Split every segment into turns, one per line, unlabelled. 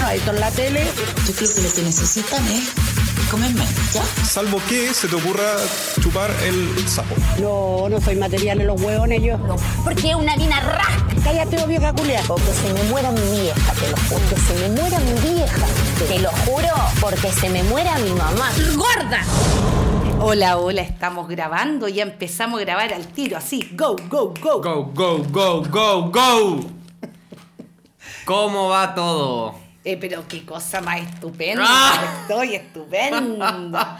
no hay con la tele.
Yo creo que lo que necesitan es comerme, ¿ya?
Salvo que se te ocurra chupar el sapo.
No, no soy material de los hueones yo. No.
Porque es una harina rasca.
Cállate, oh, vieja culia.
O que se me muera mi vieja, te lo juro. Que se me muera mi vieja.
Te lo juro, porque se me muera mi mamá. ¡Gorda!
Hola, hola, estamos grabando, ya empezamos a grabar al tiro, así, go, go, go.
Go, go, go, go, go. ¿Cómo va todo?
Eh, pero qué cosa más estupenda,
¡Ah!
estoy estupenda.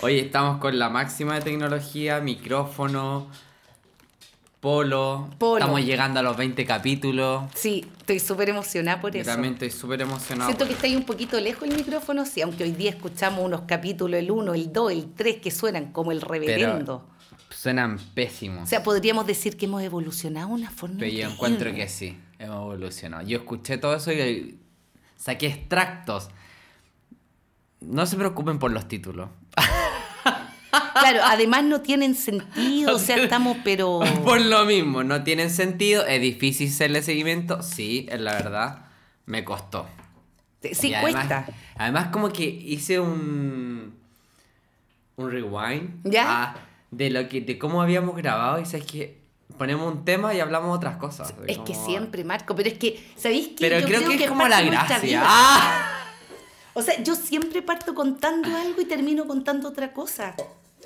Hoy estamos con la máxima de tecnología, micrófono, polo.
Polo.
Estamos llegando a los 20 capítulos.
Sí, estoy súper emocionada por
Yo
eso.
también estoy súper emocionado.
Siento que está ahí un poquito lejos el micrófono, sí, aunque hoy día escuchamos unos capítulos, el 1, el 2, el 3, que suenan como el reverendo.
Suenan
O
pésimos.
sea, podríamos decir que hemos evolucionado de una forma.
Pero yo
increíble.
encuentro que sí, hemos evolucionado. Yo escuché todo eso y saqué extractos. No se preocupen por los títulos.
Claro, además no tienen sentido, o sea, estamos, pero.
Por lo mismo, no tienen sentido. Es difícil hacerle seguimiento. Sí, es la verdad. Me costó.
Sí,
Y además-
cuesta.
Además, como que hice un. Un rewind.
¿Ya?
a- de, lo que, de cómo habíamos grabado. Y sabes que ponemos un tema y hablamos otras cosas.
Es que
como-
siempre, Marco, pero es que, ¿sabéis qué?
Pero
Yo
creo, que, es como
parte
la
de nuestra
gracia.
vida.
¡Ah!
O sea, yo siempre parto contando algo y termino contando otra cosa.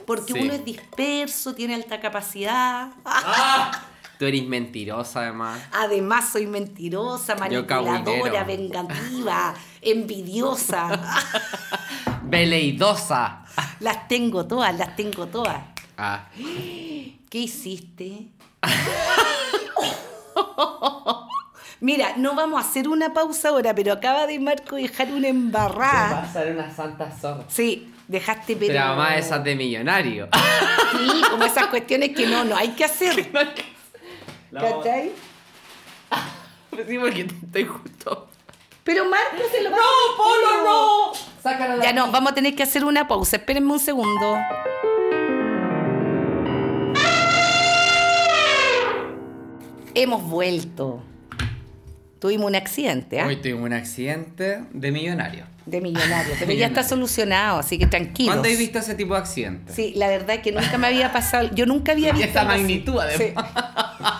Porque
Sí.
uno es disperso, tiene alta capacidad. Ah,
Tú eres mentirosa, además.
Además, soy mentirosa,
Yo cahuinero.
manipuladora, vengativa, envidiosa. Ah,
Veleidosa.
Las tengo todas, las tengo todas.
Ah,
¿Qué hiciste? Mira, no vamos a hacer una pausa ahora, pero acaba de Marco dejar una embarrada.
pasar una santa zorra.
Sí, dejaste Ah. pero.
Pero además esas de millonario.
Sí, como esas cuestiones que no, no hay que hacer. ¿Cachai?
Sí, porque te estoy justo.
Pero Marco se lo ¡No,
¡Polo, no! Sácala
Ya no, vamos a tener que hacer una pausa. Espérenme un segundo. Hemos vuelto. Tuvimos un accidente, ¿ah?
Hoy tuvimos un accidente de millonario.
De millonario. Pero ya
Millonario.
está solucionado, así que tranquilos.
¿Cuándo has visto ese tipo de accidentes?
Sí, la verdad es que nunca me había pasado. Yo nunca había
Y
visto.
esa
algo así.
magnitud, además.
Sí.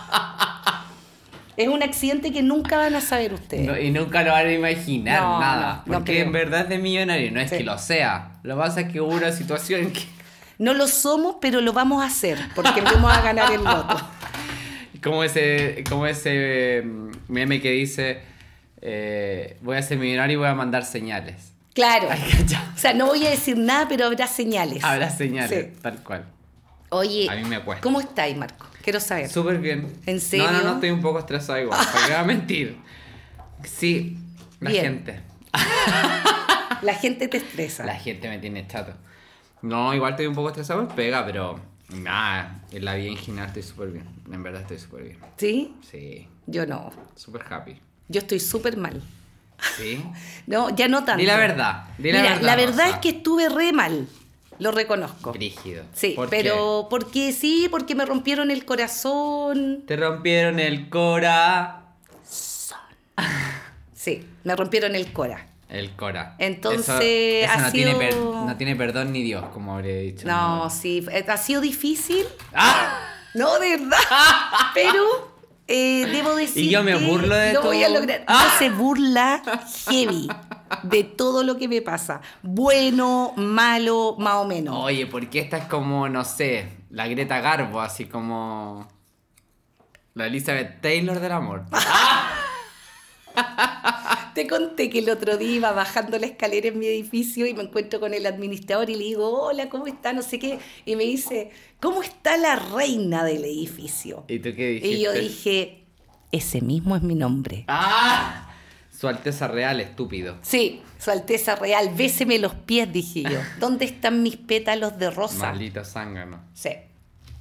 Es un accidente que nunca van a saber ustedes.
No, y nunca lo van a imaginar
No,
nada.
no, no
porque
creo.
en verdad es de millonario, no es
Sí.
que lo sea. Lo que pasa es que hubo una situación en que.
No lo somos, pero lo vamos a hacer, porque vamos a ganar el loto.
Como ese, como ese mm, meme que dice: eh, Voy a ser millonario y voy a mandar señales.
Claro.
ya.
O sea, no voy a decir nada, pero habrá señales.
Habrá señales,
Sí.
tal cual.
Oye,
A mí me cuesta.
¿cómo estáis, Marco? Quiero saber.
Súper bien.
¿En serio?
No, no, no, estoy un poco estresado igual. ¿Para qué voy a mentir? Sí, la
Bien.
gente.
La gente te estresa.
La gente me tiene chato. No, igual estoy un poco estresado, pues pega, pero nada, en la vida en general estoy súper bien. En verdad estoy súper bien.
¿Sí?
Sí,
Yo no.
súper happy.
Yo estoy súper mal.
Sí.
No, ya no tanto.
Di la verdad, di la
Mira,
verdad,
la verdad
Rosa.
es que estuve re mal. Lo reconozco.
Brígido.
Sí,
¿Por
pero porque sí, porque me rompieron el
qué?
corazón.
Te rompieron el cora.
Sí, me rompieron el cora.
El cora.
Entonces,
Eso- eso
ha
no, tiene
sido-
per- no tiene perdón ni Dios, como habría dicho.
No, sí, eh, ha sido difícil.
¡Ah!
No, de verdad. Pero eh, debo decir.
Y yo me
que
burlo de
lo
todo.
voy a lograr. No
¡Ah!
se burla heavy de todo lo que me pasa. Bueno, malo, más o menos.
Oye, porque esta es como, no sé, la Greta Garbo, así como la Elizabeth Taylor del amor.
Te conté que el otro día iba bajando la escalera en mi edificio y me encuentro con el administrador y le digo, hola, ¿cómo está? No sé qué. Y me dice, ¿cómo está la reina del edificio?
¿Y tú qué dijiste?
Y yo dije, ese mismo es mi nombre.
¡Ah! Su Alteza Real, estúpido.
Sí, Su Alteza Real, béseme los pies, dije yo. ¿Dónde están mis pétalos de rosa?
Maldito zángano.
Sí.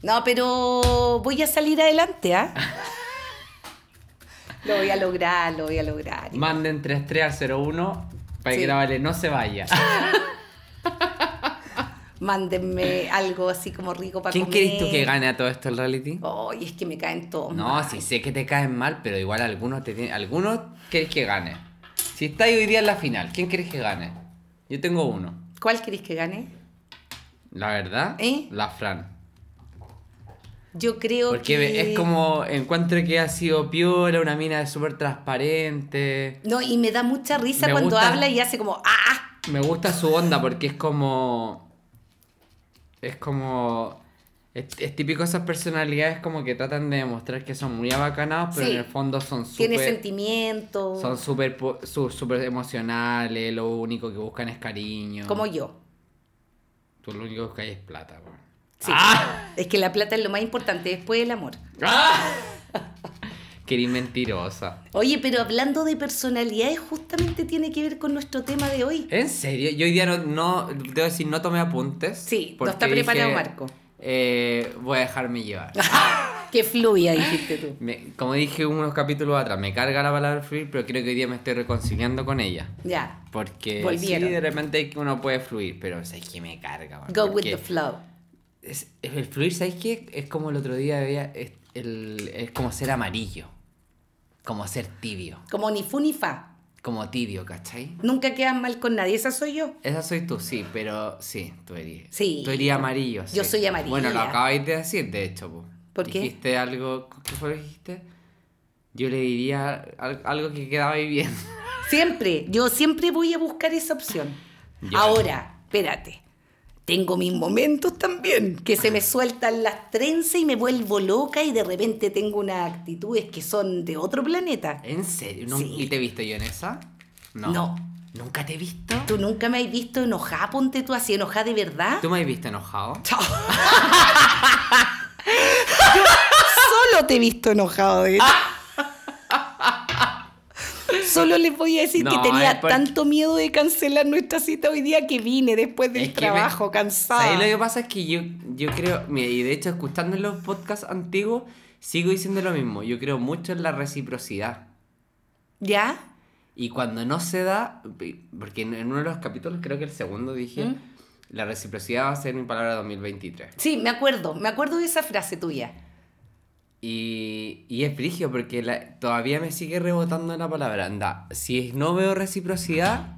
No, pero voy a salir adelante, ¿ah? lo voy a lograr, lo voy a lograr.
Manden 33 al 01 para
Sí.
que la Vale no se vaya.
Mándenme algo así como rico para
¿Quién
comer. Oh,
querés tú que gane a todo esto el reality?
Ay, es que me caen todos.
No, sí sé que te caen mal, pero igual algunos te tienen... Algunos querés que gane. Si estáis hoy día en la final, ¿quién querés que gane? Yo tengo uno.
¿Cuál querés que gane?
La verdad,
¿Eh?
la Fran.
Yo creo
Porque
que.
es como, encuentro que ha sido piola, una mina súper transparente.
No, y me da mucha risa
Me
cuando
gusta-
habla y hace como ¡ah!
Me gusta su onda porque es como. Es como. Es, es típico esas personalidades como que tratan de demostrar que son muy abacanados, pero
Sí.
en el fondo son
Tiene
súper.
sentimientos.
Son súper po- su- súper emocionales, lo único que buscan es cariño.
Como yo.
Tú lo único que buscas es plata, weón.
Sí. Es que la plata es lo más importante después del amor.
¡Ah! Querí mentirosa.
Oye, pero hablando de personalidades, justamente tiene que ver con nuestro tema de hoy.
¿En serio? Yo hoy día no, no- debo decir, no tomé apuntes.
Sí, no
porque
está preparado,
dije,
Marco.
eh, voy a dejarme llevar. Eh.
Que fluya, dijiste tú.
Me- como dije unos capítulos atrás, me carga la palabra fluir, pero creo que hoy día me estoy reconciliando con ella.
Ya.
Porque
Volvieron.
sí, de repente uno puede fluir, pero es que me carga. man,
Go with
porque
the flow.
es- es el fluir, ¿sabes qué? Es como el otro día veía, es, el- es como ser amarillo, como ser tibio,
Como ni fu ni fa.
como tibio, ¿cachai?
Nunca quedas mal con nadie. Esa soy yo.
Esa soy tú, sí, pero sí, tú eres.
Sí.
Tú eres amarillo.
Yo
sí.
soy amarilla.
Bueno, lo acabáis de decir, de hecho. po.
¿Por qué?
Dijiste algo. ¿Qué fue lo que dijiste? Yo le diría al- algo que quedaba ahí bien.
Siempre. Yo siempre voy a buscar esa opción.
Ya.
Ahora, espérate. Tengo mis momentos también, que se me sueltan las trenzas y me vuelvo loca y de repente tengo unas actitudes que son de otro planeta.
¿En serio? ¿Nun-
Sí.
¿Y te he visto yo en esa?
No.
¿Nunca te he visto?
¿Tú nunca me has visto enojada? Ponte tú así, enojada de verdad.
¿Tú me has visto enojado?
Solo te he visto enojado de
Ah.
Solo les voy a decir
No,
que tenía
es por-
tanto miedo de cancelar nuestra cita hoy día que vine después del
Es que me-
trabajo
Ahí
cansada.
lo que pasa es que yo, yo creo, mira, y de hecho escuchando los podcasts antiguos, sigo diciendo lo mismo. Yo creo mucho en la reciprocidad.
¿Ya?
Y cuando no se da, porque en en uno de los capítulos, creo que el segundo dije,
¿Eh?
la reciprocidad va a ser mi palabra 2023.
Sí, me acuerdo, me acuerdo de esa frase tuya.
Y, y es brigio porque la- todavía me sigue rebotando la palabra. Anda, si no veo reciprocidad,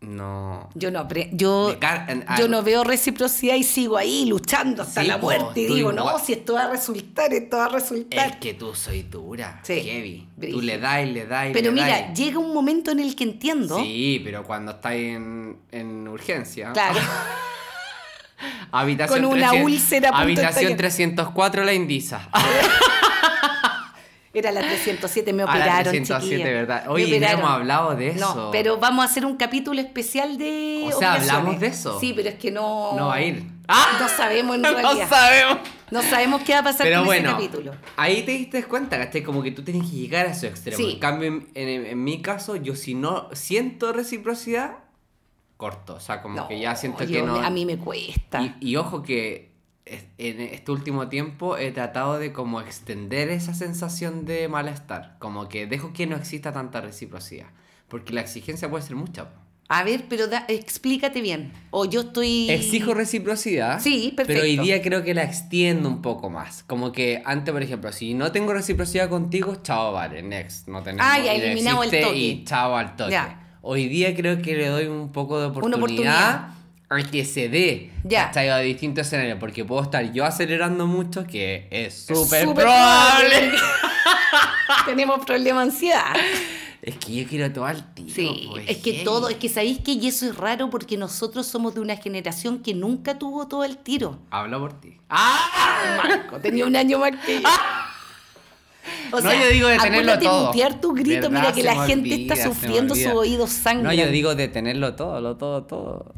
no.
Yo no, apre- yo,
Me car- en-
yo
ah,
no veo reciprocidad y sigo ahí luchando hasta
Sí,
la
po,
muerte. Y
tú
digo,
igual.
no, si esto va a resultar, esto va a resultar.
Es que tú soy dura,
Sí,
heavy.
brígido.
Tú le das y le das y
Pero
le das
mira,
y-
llega un momento en el que entiendo.
Sí, pero cuando estás en, en urgencia.
Claro.
Habitación
Con una
300
úlcera a punto de
Habitación
estallar.
304, la indiza.
Era la 307, me
A Ah, la
operaron.
307,
chiquilla.
¿verdad?
Me
Oye, no
operaron.
hemos hablado de
No,
eso.
pero vamos a hacer un capítulo especial de.
O sea,
operaciones.
hablamos de eso.
Sí, pero es que no.
No va a ir. ¡Ah!
No sabemos en
no
realidad.
sabemos.
No sabemos qué va a pasar
Pero
con
bueno,
ese capítulo.
ahí te diste cuenta, ¿cachai? Como que tú tienes que llegar a ese extremo.
Sí.
En cambio, en, en- en mi caso, yo si no siento reciprocidad, corto. O sea, como
No,
que ya siento
yo-
que no.
A mí me cuesta.
Y, y ojo que es- en este último tiempo he tratado de como extender esa sensación de malestar. Como que dejo que no exista tanta reciprocidad. Porque la exigencia puede ser mucha. po.
A ver, pero da- explícate bien. O yo estoy.
Exijo reciprocidad.
Sí,
Pero hoy
perfecto.
día creo que la extiendo un poco más. Como que antes, por ejemplo, si no tengo reciprocidad contigo, chao, vale, next. No tenemos
Ah, ya,
no
eliminado el
existe
toque.
Y chao al toque.
Ya.
Hoy día creo que le doy un poco de oportunidad,
oportunidad.
a que se dé
Ya.
¿cachai? a distintos escenarios. Porque puedo estar yo acelerando mucho, que es
Es
súper probable.
Tenemos problema de ansiedad.
Es que yo quiero todo al tiro.
Sí,
pues,
es que
hey.
todo, es que sabéis que y eso es raro porque nosotros somos de una generación que nunca tuvo todo el tiro.
Habla por ti.
Marco, tenía un año más que yo. O
No, yo digo de tenerlo
acuérdate
todo.
mutear tu grito,
¿Verdad?
mira que
Se
la
me
gente
olvida, se
está
me
sufriendo,
olvida.
sus oídos sangran.
No, yo digo de tenerlo todo, lo todo, todo.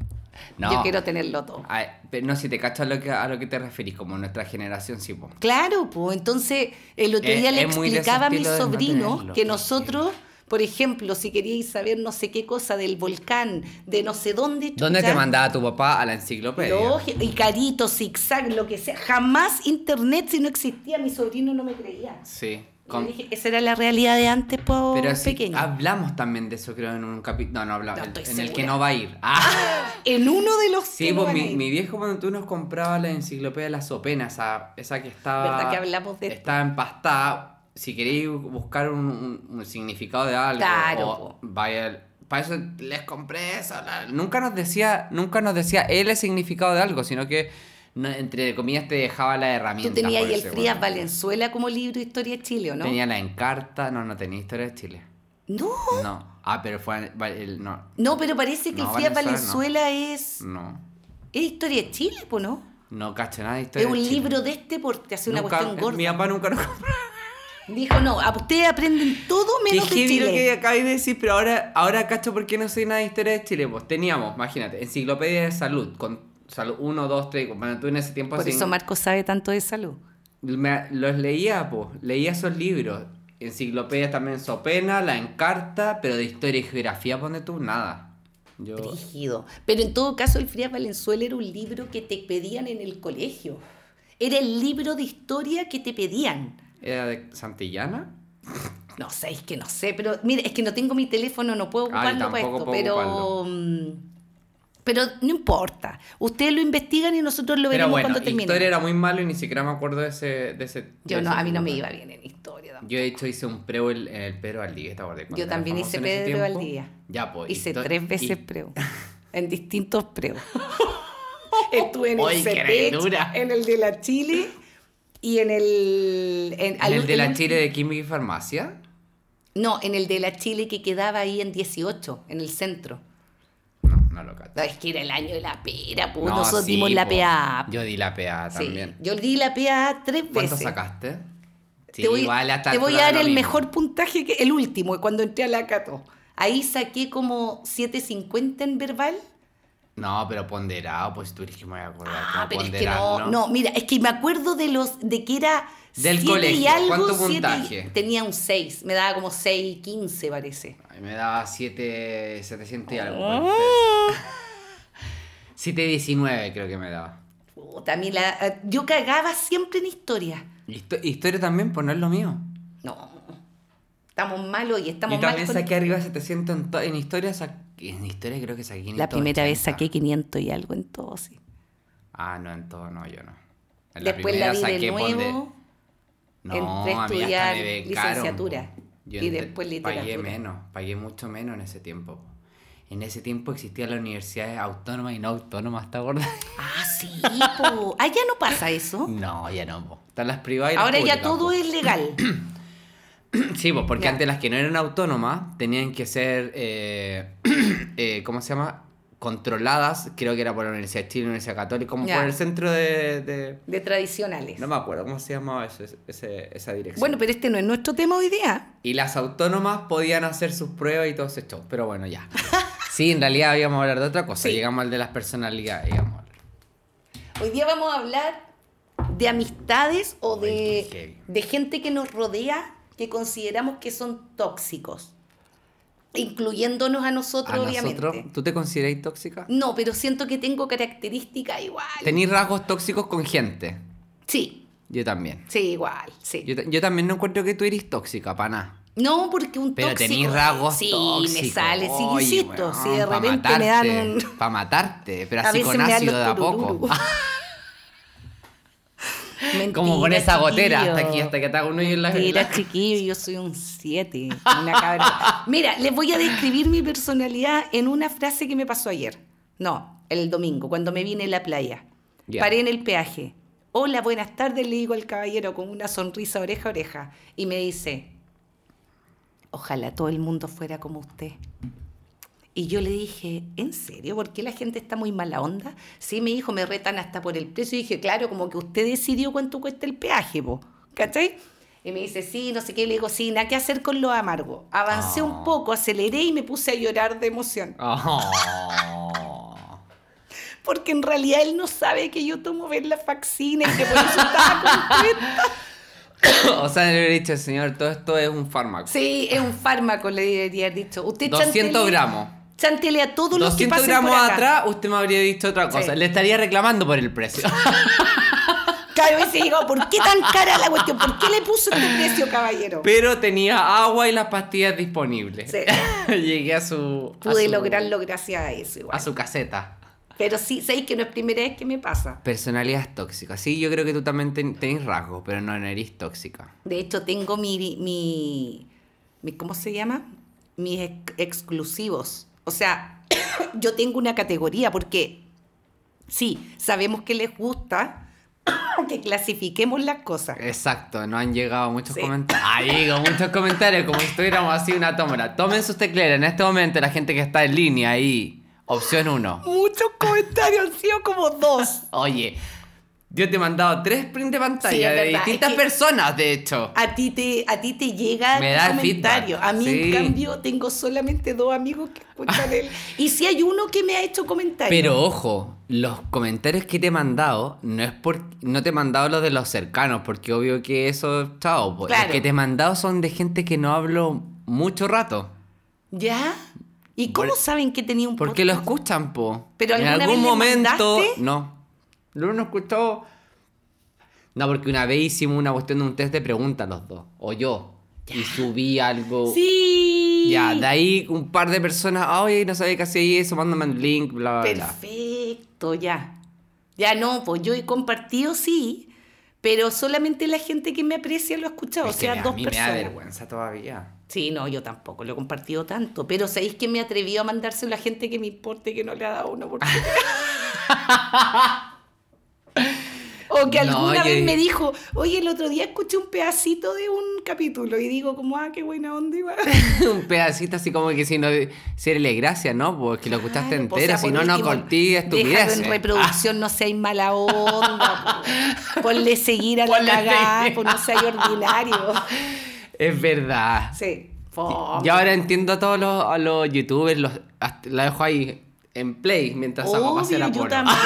No.
Yo quiero tenerlo todo.
Ay, pero no, si te cacho a lo que, a lo que te referís, como nuestra generación, sí, po.
Claro, pues entonces el otro
Es-
día le
Eh, es muy de ese
explicaba a mis
estilo de no
sobrinos
tenerlo,
que
sí.
nosotros, por ejemplo, si queríais saber no sé qué cosa del volcán, de no sé dónde.
¿Dónde
chucha,
te mandaba tu papá a la enciclopedia?
lógico, Y carito, zigzag, lo que sea. Jamás internet, si no existía, mi sobrino no me creía.
Sí.
Y
con-
le dije, esa era la realidad de antes, po,
pero sí, ah,
pequeño.
hablamos también de eso, creo, en un capítulo. No, no hablamos.
No,
en-
estoy
en el que
segura.
no va a ir. Ah.
En uno de los
Sí,
que no
pues
van a
mi,
ir.
mi viejo cuando tú nos compraba la enciclopedia de la Sopena, esa, esa que estaba. eh,
¿Verdad que Ah, hablamos de esto?
Estaba empastada. si queréis buscar un, un- un significado de algo,
Claro,
o
po.
vaya, para eso les compré eso. la- Nunca nos decía, nunca nos decía él el significado de algo, sino que no- entre comillas te dejaba la herramienta.
Tú tenías ahí el Frías
Frías
Valenzuela como libro de Historia de Chile, ¿o no?
Tenía la encarta, no, no tenía historia de Chile.
No,
No. Ah, pero fue va- el- no,
no, pero parece que
No,
el Frías
Valenzuela
Valenzuela es,
no.
es Historia de Chile, ¿po no?
No caché nada de historia.
Es un
de Chile.
libro de este porque hace una
Nunca- eh,
cuestión gorda.
Mi papá nunca nos compró.
Dijo, no, a ustedes aprenden todo
Qué
menos de
heavy lo
Chile.
que acabáis de decir, pero ahora, ahora cacho por qué no sé nada de historia de Chile. Pues teníamos, imagínate, enciclopedia de salud, con salud 1, 2, 3, bueno, tú en ese tiempo
Por
así-
eso Marco sabe tanto de salud.
me- los leía, pues, leía esos libros. Enciclopedias también Sopena, La Encarta, pero de historia y geografía, pone tú, nada. Yo...
Rígido. Pero en todo caso, el Frías Valenzuela era un libro que te pedían en el colegio. Era el libro de historia que te pedían.
¿Era de Santillana?
No sé, es que no sé, pero mira, es que no tengo mi teléfono, no puedo
Ah, yo
ocuparlo para
tampoco
esto,
puedo
pero
ocuparlo.
mm, pero no importa. Ustedes lo investigan y nosotros lo
Pero
veremos
bueno,
cuando termine.
historia era muy malo y ni siquiera me acuerdo de ese... De ese
Yo
de
no,
ese
a mí no me
libro.
iba bien en historia tampoco.
Yo de hecho hice un preo el, el Pedro Valdivia, ¿te acordás? Cuando
Yo
era
también
famoso
hice
en ese
Pedro
tiempo.
Valdivia.
Ya, pues.
Hice
histo-
tres veces
hi-
preo. En distintos preos. Estuve en
Oy,
el
qué
CETEC,
dura.
en el de la Chile y en el... en-
¿En
al
el de la
último-
Chile de Química y Farmacia?
No, en el de la Chile que quedaba ahí en 18, en el centro.
No, no lo cacho.
No, es que era el año de la pera, pues.
No,
Nosotros
sí,
dimos la
po.
PA.
Yo di la PA
Sí,
también.
Yo di la PA tres
¿Cuánto
veces.
sacaste? Sí,
te voy,
igual a tal
te voy a
altura
dar
da
el
lo mismo.
mejor puntaje que el último, cuando entré a la Cato. Ahí saqué como 7.50 en verbal.
No, pero ponderado, pues tú eres que me voy a acordar.
Ah,
como
pero es que
ponderado,
no, no. mira, es que me acuerdo de los de que era
Del
siete y
colegio,
algo,
¿cuánto
siete y-
puntaje?
tenía un 6, me daba como 6.15 parece.
Ay, Me daba 7, 700 y algo. pues.
Ah.
719 creo que me daba.
También la, yo cagaba siempre en historia.
Histo- historia también, pues no es lo mío.
No. Estamos malos y estamos
Yo también
mal con-
saqué arriba de 700 en, to- en historia. sa- en historia creo que saqué 500.
La primera vez saqué 500 y algo entonces.
Ah, no, en todo no, yo no. En
Después la, vi de nuevo,
ponde-
entré a
a mí hasta
estudiar
me becaron,
licenciatura
po. Yo
y
entré-
después
Pagué
literatura.
menos, pagué mucho menos en ese tiempo. po. En ese tiempo existían las universidades autónomas y no autónomas, ¿te acuerdas?
Ah, sí, po. Allá no pasa eso.
No, ya no, po. Están las privadas y las
Ahora ya
públicas, po.
todo es legal.
Sí, pues porque
Ya.
antes las que no eran autónomas tenían que ser, eh, eh, ¿cómo se llama? Controladas, creo que era por la Universidad de Chile, Universidad Católica, como
Ya.
por el centro de, de-
De tradicionales.
No me acuerdo cómo se llamaba eso, ese- ese- esa dirección.
Bueno, pero este no es nuestro tema hoy día.
Y las autónomas podían hacer sus pruebas y todo ese show, pero bueno, ya. Sí, en realidad íbamos a hablar de otra cosa, llegamos al de las personalidades, íbamos a hablar.
Hoy día vamos a hablar de amistades o
Uy, qué
de,
heavy.
de gente que nos rodea que consideramos que son tóxicos. Incluyéndonos a nosotros,
A
obviamente.
nosotros, ¿tú te consideráis tóxica?
No, pero siento que tengo características igual.
Tenís rasgos tóxicos con gente.
Sí,
Yo también.
sí, igual, sí.
Yo, ta- yo también no encuentro que tú eres tóxica, pana.
No, porque un
Pero
tóxico...
tenís rasgos
Sí,
tóxicos.
me sale, sí,
Oye,
insisto,
weón,
si de
pa'
repente me dan
matarte,
un...
Para matarte, pero
A
así
veces
con
me dan
ácido
los
de a poco.
tururú.
Como con
Mentira,
esa gotera hasta
chiquillo.
aquí, hasta que te haga un hoyo en la
Mira,
la-
chiquillo, yo soy un 7, una cabra. Mira, les voy a describir mi personalidad en una frase que me pasó ayer. No, el domingo, cuando me vine a la playa.
Ya.
Paré en el peaje. Hola, buenas tardes, le digo al caballero con una sonrisa oreja a oreja. Y me dice, ojalá todo el mundo fuera como usted. Y yo le dije, ¿en serio? ¿Por qué la gente está muy mala onda? Sí, me dijo, me retan hasta por el precio. Y dije, claro, como que usted decidió cuánto cuesta el peaje, po. ¿cachai? Y me dice, sí, no sé qué. Y le digo, sí, nada que hacer con lo amargo. Avancé
Ah.
un poco, aceleré y me puse a llorar de emoción.
Oh.
Porque en realidad él no sabe que yo tomo ver la faxina y que por eso estaba contenta.
O sea, le he dicho, señor, todo esto es un fármaco.
Sí, es un fármaco, le debería haber dicho. Usted
200
chantele-
gramos.
Chantele a todos los que
200
pasen
gramos
por acá.
atrás, usted me habría dicho otra cosa.
Sí.
Le estaría reclamando por el precio.
Claro, y se digo, ¿por qué tan cara la cuestión? ¿Por qué le puso este precio, caballero?
Pero tenía agua y las pastillas disponibles.
Sí.
Llegué a su. a
Pude
su-
lograrlo gracias a eso igual.
A su caseta.
Pero sí, sé que no es primera vez que me pasa.
Personalidades tóxicas. Sí, yo creo que tú también ten- tenés rasgos, pero no, no eres tóxica.
De hecho, tengo mi, mi, mi- ¿cómo se llama? Mis ex- exclusivos. O sea, yo tengo una categoría porque sí, sabemos que les gusta que clasifiquemos las cosas.
Eh. Exacto, no han llegado muchos
Sí.
comentarios. Ah, digo, muchos comentarios, como si estuviéramos así una tómbola. Tomen sus tecleras en este momento, la gente que está en línea ahí. Opción 1.
Muchos comentarios han sido como dos.
Oye, yo te he mandado tres print de pantalla
Sí, es
de
verdad, es
distintas
que-
personas, de hecho.
A ti te, a ti te llega
Me
el
da el
comentario.
feedback,
A mí,
sí. Ah.
en cambio, tengo solamente dos amigos que escuchan él. Y si hay uno que me ha hecho comentarios.
Pero ojo, los comentarios que te he mandado no es por no te he mandado los de los cercanos, porque obvio que eso, chao, po.
Claro.
los que te he mandado son de gente que no hablo mucho rato,
¿Ya? ¿Y cómo
Por-
saben que tenía un
porque lo
podcast?
escuchan, po.
¿Pero
en
alguna
algún
vez le
momento
mandaste?
no. Luego no escuchó No, porque una vez hicimos una cuestión de un test de preguntas los dos, o yo, y subí algo.
Sí.
Ya, de ahí un par de personas, ay, no sabía qué hacía eso, mándame un link, bla, bla, bla.
Perfecto, ya. Ya no, pues yo he compartido, sí, pero solamente la gente que me aprecia lo ha escuchado,
Es
o
que
sea,
me- a
dos
mí
personas.
me da vergüenza todavía.
Sí, no, yo tampoco lo he compartido tanto, pero sabéis que me he atrevido a mandárselo a gente que me importe que no le ha dado una oportunidad. o que
No,
alguna
oye.
vez me dijo, oye, el otro día escuché un pedacito de un capítulo y digo, como, ah, qué buena onda igual.
un pedacito así como que si no si eres gracia, ¿no? Porque lo escuchaste
Claro, pues, o sea,
entero, si
por
no, no
último,
cortí
déjalo
estupidez.
en reproducción, no seas mala onda. po. Ponle seguir a la
Ponle
cagada,
seguir.
po, no seas ordinario.
Es verdad.
Sí. po.
Y ahora entiendo a todos los, a los youtubers, los, hasta- la dejo ahí en play mientras hago
Obvio,
pasar a
yo
porno.
también.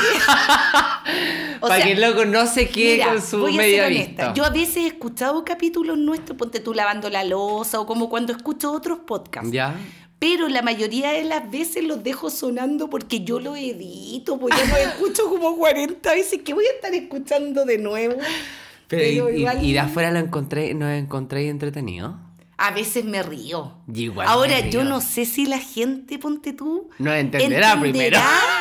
O
Para
sea,
que el loco no se quede
Mira,
con su
voy a
media
ser honesta.
vista.
Yo a veces he escuchado capítulos nuestros, ponte tú lavando la losa o como cuando escucho otros podcasts.
¿Ya?
Pero la mayoría de las veces los dejo sonando porque yo lo edito, porque yo los escucho como 40 veces que voy a estar escuchando de nuevo.
Pero, y, y-
igual-
y de afuera lo encontré, nos encontré entretenido.
A veces me río.
Y igual
Ahora,
me río.
yo no sé si la gente, ponte tú.
No entenderá primero.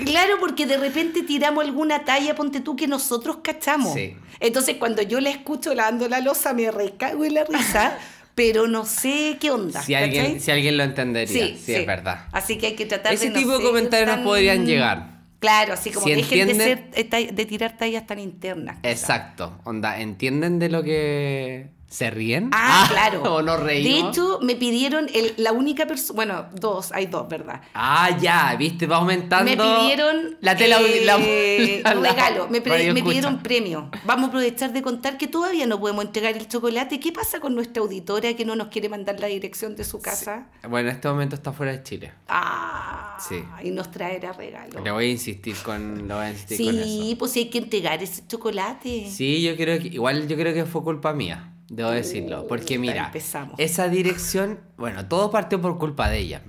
Claro, porque de repente tiramos alguna talla, ponte tú, que nosotros cachamos.
Sí.
Entonces, cuando yo la escucho lavando la losa, me recago en la risa, pero no sé qué onda.
Si alguien,
¿cachai?
si alguien lo entendería, sí,
sí. Ah,
es verdad.
Así que hay que tratar
Ese
de. no
tipo de
ser
comentarios nos
tan-
podrían llegar.
Claro, así como
Si
dejen de, ser,
entienden-
eh, ta- de tirar tallas tan internas. quizás.
Exacto. Onda, ¿entienden de lo que se ríen?
Ah, claro.
O no reímos.
De hecho, me pidieron el- la única persona, bueno, dos, hay dos, ¿verdad?
Ah, ya, viste, va aumentando.
Me pidieron
la tela. la-
eh,
la-
un regalo, me, pre-
radio
me
escucha.
pidieron premio. Vamos a aprovechar de contar que todavía no podemos entregar el chocolate. ¿Qué pasa con nuestra auditora que no nos quiere mandar la dirección de su casa?
Bueno, en este momento está fuera de Chile.
Ah,
Sí.
y nos traerá regalo.
Le voy a insistir con, le voy a insistir con
Sí,
eso.
pues hay que entregar ese chocolate.
Sí, yo creo que igual yo creo que fue culpa mía, debo decirlo, porque mira,
Uh, empezamos.
esa dirección, bueno, todo partió por culpa de ella.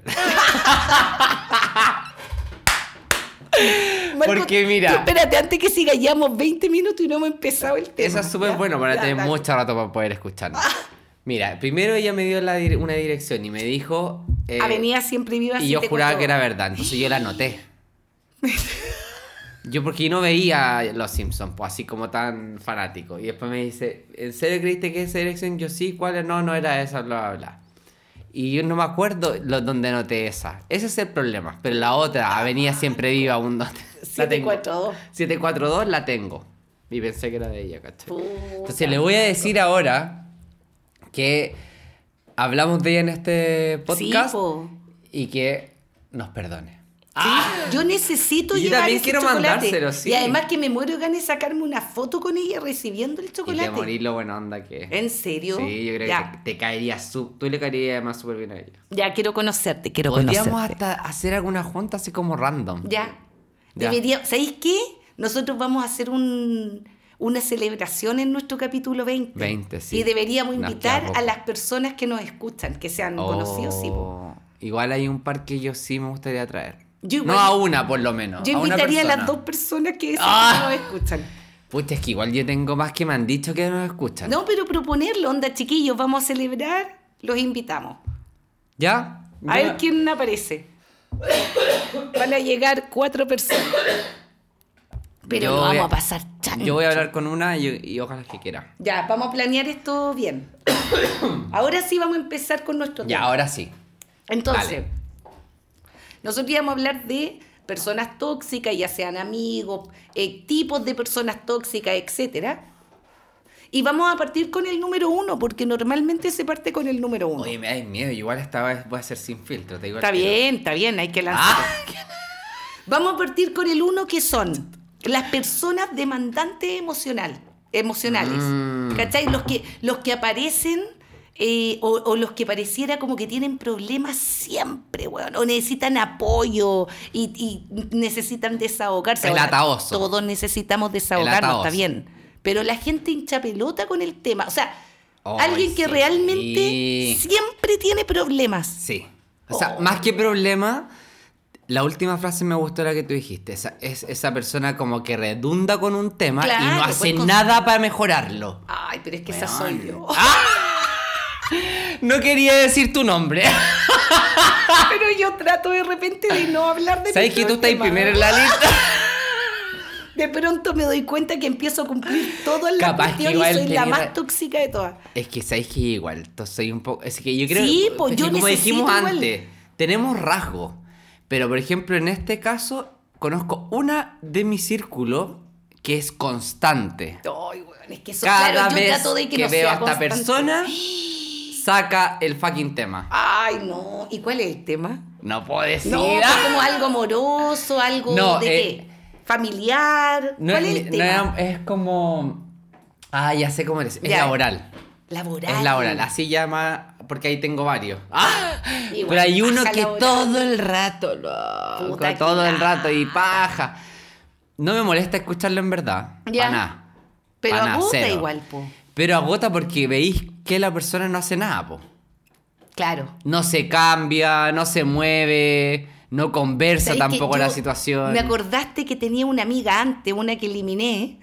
Marco,
porque mira-
tú Espérate, antes que siga, llevamos 20 minutos y no hemos empezado el tema.
Esa es súper
¿ya?
buena para
Ya,
tener
dale.
mucho rato para poder escucharla. Mira, primero ella me dio la dire- una dirección y me dijo. eh,
Avenida Siempre Viva.
Y yo juraba que era verdad, entonces yo la anoté. Yo porque yo no veía Los Simpsons, pues así como tan fanático. Y después me dice, ¿en serio creíste que esa dirección? Yo sí, ¿cuál? es? No, no era esa, bla, bla, bla. Y yo no me acuerdo lo, donde anoté esa. Ese es el problema. Pero la otra, Avenida Siempre Viva, un, dos, tres, la tengo.
742.
742 la tengo. Y pensé que era de ella, ¿cachai? Entonces le voy a decir ahora que hablamos de ella en este podcast
po.
y que nos perdone.
Yo necesito
Ah. Y yo
llevar
también
ese
quiero
chocolate.
mandárselo, sí.
Y además que me muero gané sacarme una foto con ella recibiendo el
Y
chocolate.
te morir lo buena onda que es.
¿En serio?
Sí, yo creo
ya,
que te, te caería su- tú le caerías además súper bien a ella.
Ya quiero conocerte, quiero
Podríamos
conocerte.
hasta hacer alguna junta así como random.
Ya.
Ya.
Debería, ¿Sabéis qué? Nosotros vamos a hacer un- una celebración en nuestro capítulo 20.
20, sí.
Y deberíamos
Nos queda
invitar
poco.
a las personas que nos escuchan, que sean
Oh,
conocidos, sí, po.
Igual hay un par que yo sí me gustaría traer.
Yo igual-
no a una, por lo menos.
Yo
a una
invitaría a las
persona.
dos personas que, dicen
Ah.
que nos escuchan.
Pucha, es que igual yo tengo más que me han dicho que nos escuchan.
No, pero proponerlo, onda chiquillos, vamos a celebrar, los invitamos.
¿Ya?
A
Ya.
ver quién aparece. Van a llegar cuatro personas. Pero
Yo
lo
voy
vamos
a-
a pasar chancho.
Yo voy a hablar con una y, y ojalá que quiera.
Ya, vamos a planear esto bien. Ahora sí vamos a empezar con nuestro
Ya,
tema.
ahora sí.
Entonces, nosotros íbamos a hablar de personas tóxicas, ya sean amigos, eh, tipos de personas tóxicas, etcétera. Y vamos a partir con el número uno, porque normalmente se parte con el número uno.
Oye, me da miedo. Igual esta vez voy a ser sin filtro. Te digo al
Está
tiro.
bien, está bien, hay que lanzar.
Ah,
Vamos a partir con el uno que son las personas demandantes emocional, emocionales.
Mm.
¿Cachai? Los que, los que aparecen eh, o, o los que pareciera como que tienen problemas siempre, weón. O necesitan apoyo y, y necesitan desahogarse. Ahora,
Relataoso.
Todos necesitamos desahogarnos,
Relataoso.
está bien. Pero la gente hincha pelota con el tema. O sea,
Ay,
alguien que
sí.
realmente siempre tiene problemas.
Sí. O sea,
Oh.
más que problema, la última frase me gustó la que tú dijiste. Esa, es, esa persona como que redunda con un tema y
Claro,
no
pues,
hace
con-
nada para mejorarlo.
Ay, pero es que esa soy yo.
No quería decir tu nombre.
Pero yo trato de repente de no hablar de
¿Sabes
mi
que tú estás
problema.
primero en la lista?
De pronto me doy cuenta que empiezo a cumplir todo el
Capaz que
cuestión y
igual
soy la
tenía-
más tóxica de todas.
Es que sabes que igual, entonces soy un poco... Es que yo creo
Sí, pues,
es
yo
que como
necesito
dijimos
igual.
antes, tenemos rasgos. Pero por ejemplo, en este caso, conozco una de mi círculo que es constante.
Ay, weón, es que eso,
Cada
claro, yo
vez
trato de que,
que,
no
veo
sea
a esta
constante.
persona, saca el fucking tema.
Ay, no. ¿Y cuál es el tema?
No puedo decir.
No, fue como algo amoroso, algo
No,
de
eh,
qué? Familiar.
No
¿Cuál
es-
es el
no
tema?
era- es como. Ah, ya sé cómo eres. Es
Ya.
laboral.
Laboral.
Es laboral. Así llama. Porque ahí tengo varios. ¡Ah!
Igual,
Pero hay uno
paja
que
laboral.
todo el rato. loco,
Puta que
todo el
paja.
rato y paja. No me molesta escucharlo en verdad.
Ya.
Ya. nada.
Pero
Pana,
agota
cero.
igual, po.
Pero agota porque veis que la persona no hace nada, po.
Claro.
No se cambia, no se mueve, no conversa
¿Sabes
tampoco
que
la
yo-
situación.
Me acordaste que tenía una amiga antes, una que eliminé,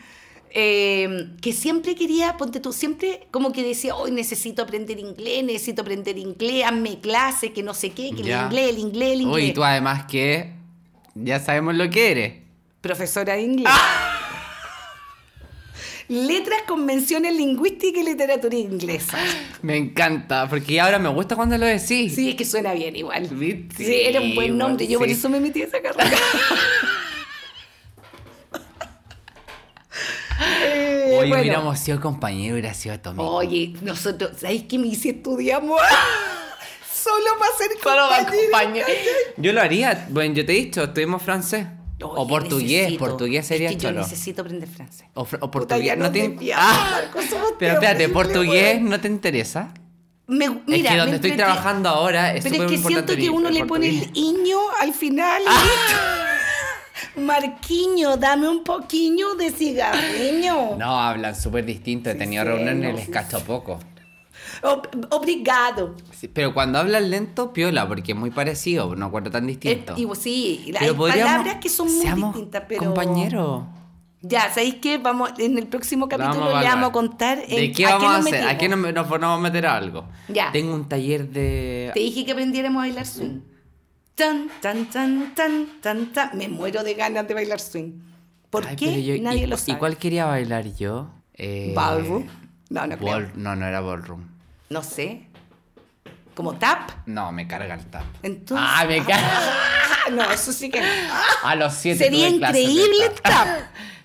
eh, que siempre quería, ponte tú, siempre como que decía, hoy necesito aprender inglés, necesito aprender inglés, hazme clase, que no sé qué, que
Ya.
el inglés, el inglés, el inglés.
Uy, tú además que ya sabemos lo que eres.
Profesora de inglés. Letras, convenciones lingüísticas y literatura inglesa.
Me encanta, porque ahora me gusta cuando lo decís.
Sí, es que suena bien igual. Sí,
¿Viste?
era un buen nombre, yo por
Sí.
eso me metí a esa carrera. Eh,
Oye,
bueno. Oh,
hubiéramos sido compañeros, hubiera sido tu amigo.
Oye, nosotros, ¿sabéis qué me hice? Estudiamos solo para ser compañeros.
Yo lo haría. Bueno, yo te he dicho, estuvimos francés.
Oye,
o portugués,
necesito-
portugués sería
es que yo
choro.
necesito aprender francés.
O, fr- o
Puta, ya
portugués, no
nos
te...
desviamos,
Ah,
Marco, somos
pero
terribles,
espérate, portugués
weón.
no te interesa.
Me- mira,
es que
me
donde estoy
entreti-
trabajando ahora es
Pero
súper
es que
importante
siento que
el- Ah.
uno
el
le pone el
portugués.
iño al final. Marquiño, dame un poquillo de cigarrillo.
No, hablan súper distinto. He tenido
sí,
reuniones,
no,
les
sí,
cacho poco.
Ob- obrigado.
Sí, pero cuando hablan lento, piola, porque es muy parecido, no acuerdo tan distinto.
Eh, y- sí,
Pero
hay
podríamos-
palabras que son muy
seamos
distintas, pero.
Compañero.
Ya, ¿sabéis qué? Vamos, en el próximo
La
capítulo
vamos a
le vamos
evaluar.
a contar en-
¿De qué vamos a,
nos
hacer? ¿A qué nos,
metimos.
nos vamos a meter a algo?
Ya.
Tengo un taller de.
Te dije que aprendiéramos a bailar swing. Tan, tan, tan, tan, tan, tan. Me muero de ganas de bailar swing. ¿Por
Ay, pero
qué?
yo-
Nadie
y,
lo sabe.
¿Y cuál quería bailar yo? Eh,
Ballroom. No, no creo.
ball- no, no era ballroom.
No sé. ¿Como tap?
No, me carga el tap.
Entonces-
Ah, me carga.
Ah, no, eso sí que no.
A los siete.
Sería
tuve clases de
increíble el tap.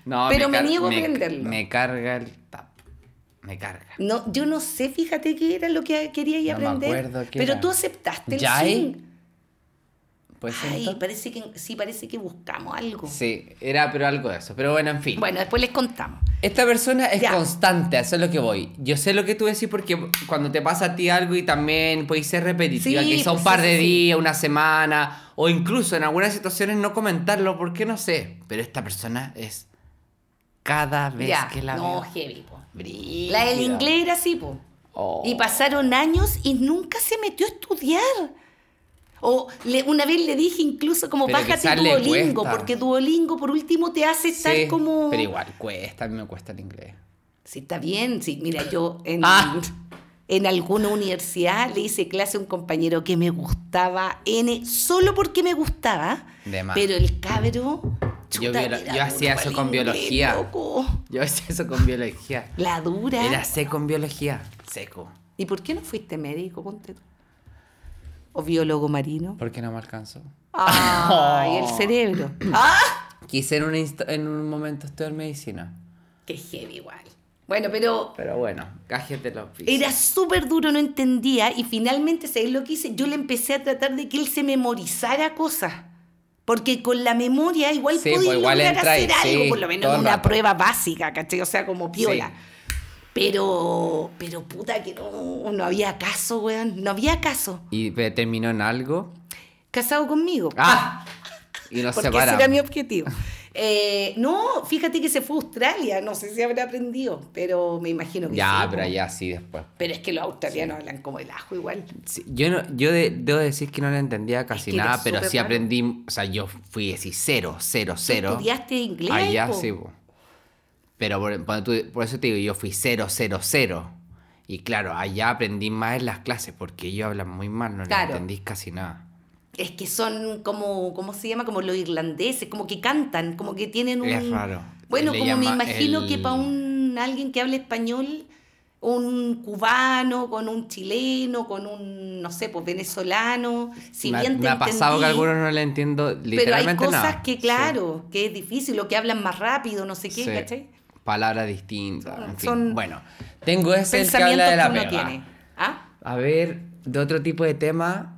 No,
Pero me
car-
niego a aprenderlo.
Me carga el tap. Me carga.
No, yo no sé, fíjate qué era lo que quería y
No me
aprender.
acuerdo qué
pero
era.
tú aceptaste el
¿Yay?
swing.
Pues
Ay,
entonces-
parece que sí, parece que buscamos algo.
Sí, era pero algo de eso. Pero bueno, en fin.
Bueno, después les contamos.
Esta persona es
Ya.
constante, a eso es lo que voy. Yo sé lo que tú decís porque cuando te pasa a ti algo y también puede ser repetitiva,
Sí,
que sea un
pues
par
sí,
de
sí, sí.
días, una semana, o incluso en algunas situaciones no comentarlo porque no sé. Pero esta persona es cada vez
ya.
que la
no,
veo.
heavy, po.
Brígida.
La del inglés era así, po.
Oh.
Y pasaron años y nunca se metió a estudiar. O le- una vez le dije incluso como
Pero
bájate
quizás le
Duolingo,
cuesta.
porque Duolingo por último te hace
Sí,
estar como...
Pero igual, cuesta, a mí me cuesta el inglés.
Sí, está bien. Sí, mira, yo en,
Ah.
en alguna universidad le hice clase a un compañero que me gustaba N, solo porque me gustaba.
De más.
Pero el cabro.
Yo
chuta,
biolo-
era
yo hacía
duro
eso
pa'l
con
inglés,
biología.
loco.
Yo hacía eso con biología.
La dura.
Era seco en biología. Seco.
¿Y por qué no fuiste médico, ponte tú? ¿O biólogo marino?
¿Por qué no me alcanzó?
¡Ay, el cerebro! ¡Ah!
Quise en un, insta- en un momento estudiar medicina.
¡Qué heavy igual! Bueno, pero
Pero bueno, cajes de los pisos.
era súper duro, no entendía. Y finalmente, ¿sabes lo que hice? Yo le empecé a tratar de que él se memorizara cosas. Porque con la memoria igual
Sí,
podía
pues, igual
lograr
entra ahí,
hacer algo,
sí,
por lo menos
todo
en
el
una
rato.
prueba básica, ¿cachai? O sea, como piola.
Sí.
Pero, pero puta que no, no había caso, weón. No había caso.
Y pe- terminó en algo.
Casado conmigo.
¡Ah! Y nos
Porque
separamos.
ese era mi objetivo. Eh, no, fíjate que se fue a Australia, no sé si habrá aprendido, pero me imagino que
Ya,
sí,
pero
po.
ya sí después.
Pero es que los australianos hablan como el ajo igual.
Sí, yo no, yo de- debo decir que no le entendía casi
que era
nada, pero
súper
sí
raro.
aprendí. O sea, yo fui así cero, cero, cero.
estudiaste inglés,
Allá
po?
sí, po. Pero por, por tu- por eso te digo, yo fui cero, cero, cero. Y claro, allá aprendí más en las clases, porque ellos hablan muy mal, no
Claro.
le entendís casi nada.
Es que son como, ¿cómo se llama? Como los irlandeses, como que cantan, como que tienen un...
Es raro.
Bueno,
Le
como me
llama
imagino que
el-
para un alguien que hable español, un cubano, con un chileno, con un, no sé, pues venezolano, si
me, ha-
bien te
me ha pasado que a
entendí,
algunos no le entiendo
Pero
literalmente
hay cosas
nada.
que, claro, que es difícil, o que hablan más rápido, no sé qué,
Sí.
¿cachai?
Palabras distintas. en fin.
son
bueno, tengo ese el que
Pensamientos
habla de
que
la
uno
pega.
tiene. ¿Ah?
A ver, de otro tipo de tema.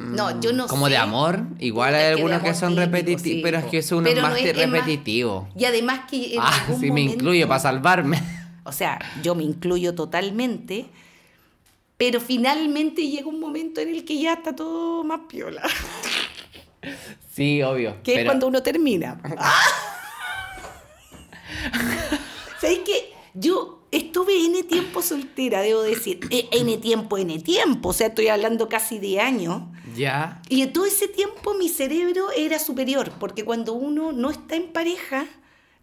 No, yo no
Mm, Como
sé.
de amor, igual
Es que
hay
de
algunos que
amor
son
típico,
repetitivos,
sí,
pero es
po.
que es uno
Pero
más
no
de
es- es más-
repetitivo.
Y además que en
Ah,
algún
sí, me
momento-
incluyo para salvarme.
O sea, yo me incluyo totalmente, pero finalmente llega un momento en el que ya está todo más piola,
Sí, obvio.
que es
pero-
cuando uno termina. ¿Sabes qué? Yo estuve N tiempo soltera, debo decir, eh, N tiempo, N tiempo, o sea, estoy hablando casi de años.
Ya.
Y en todo ese tiempo mi cerebro era superior, porque cuando uno no está en pareja,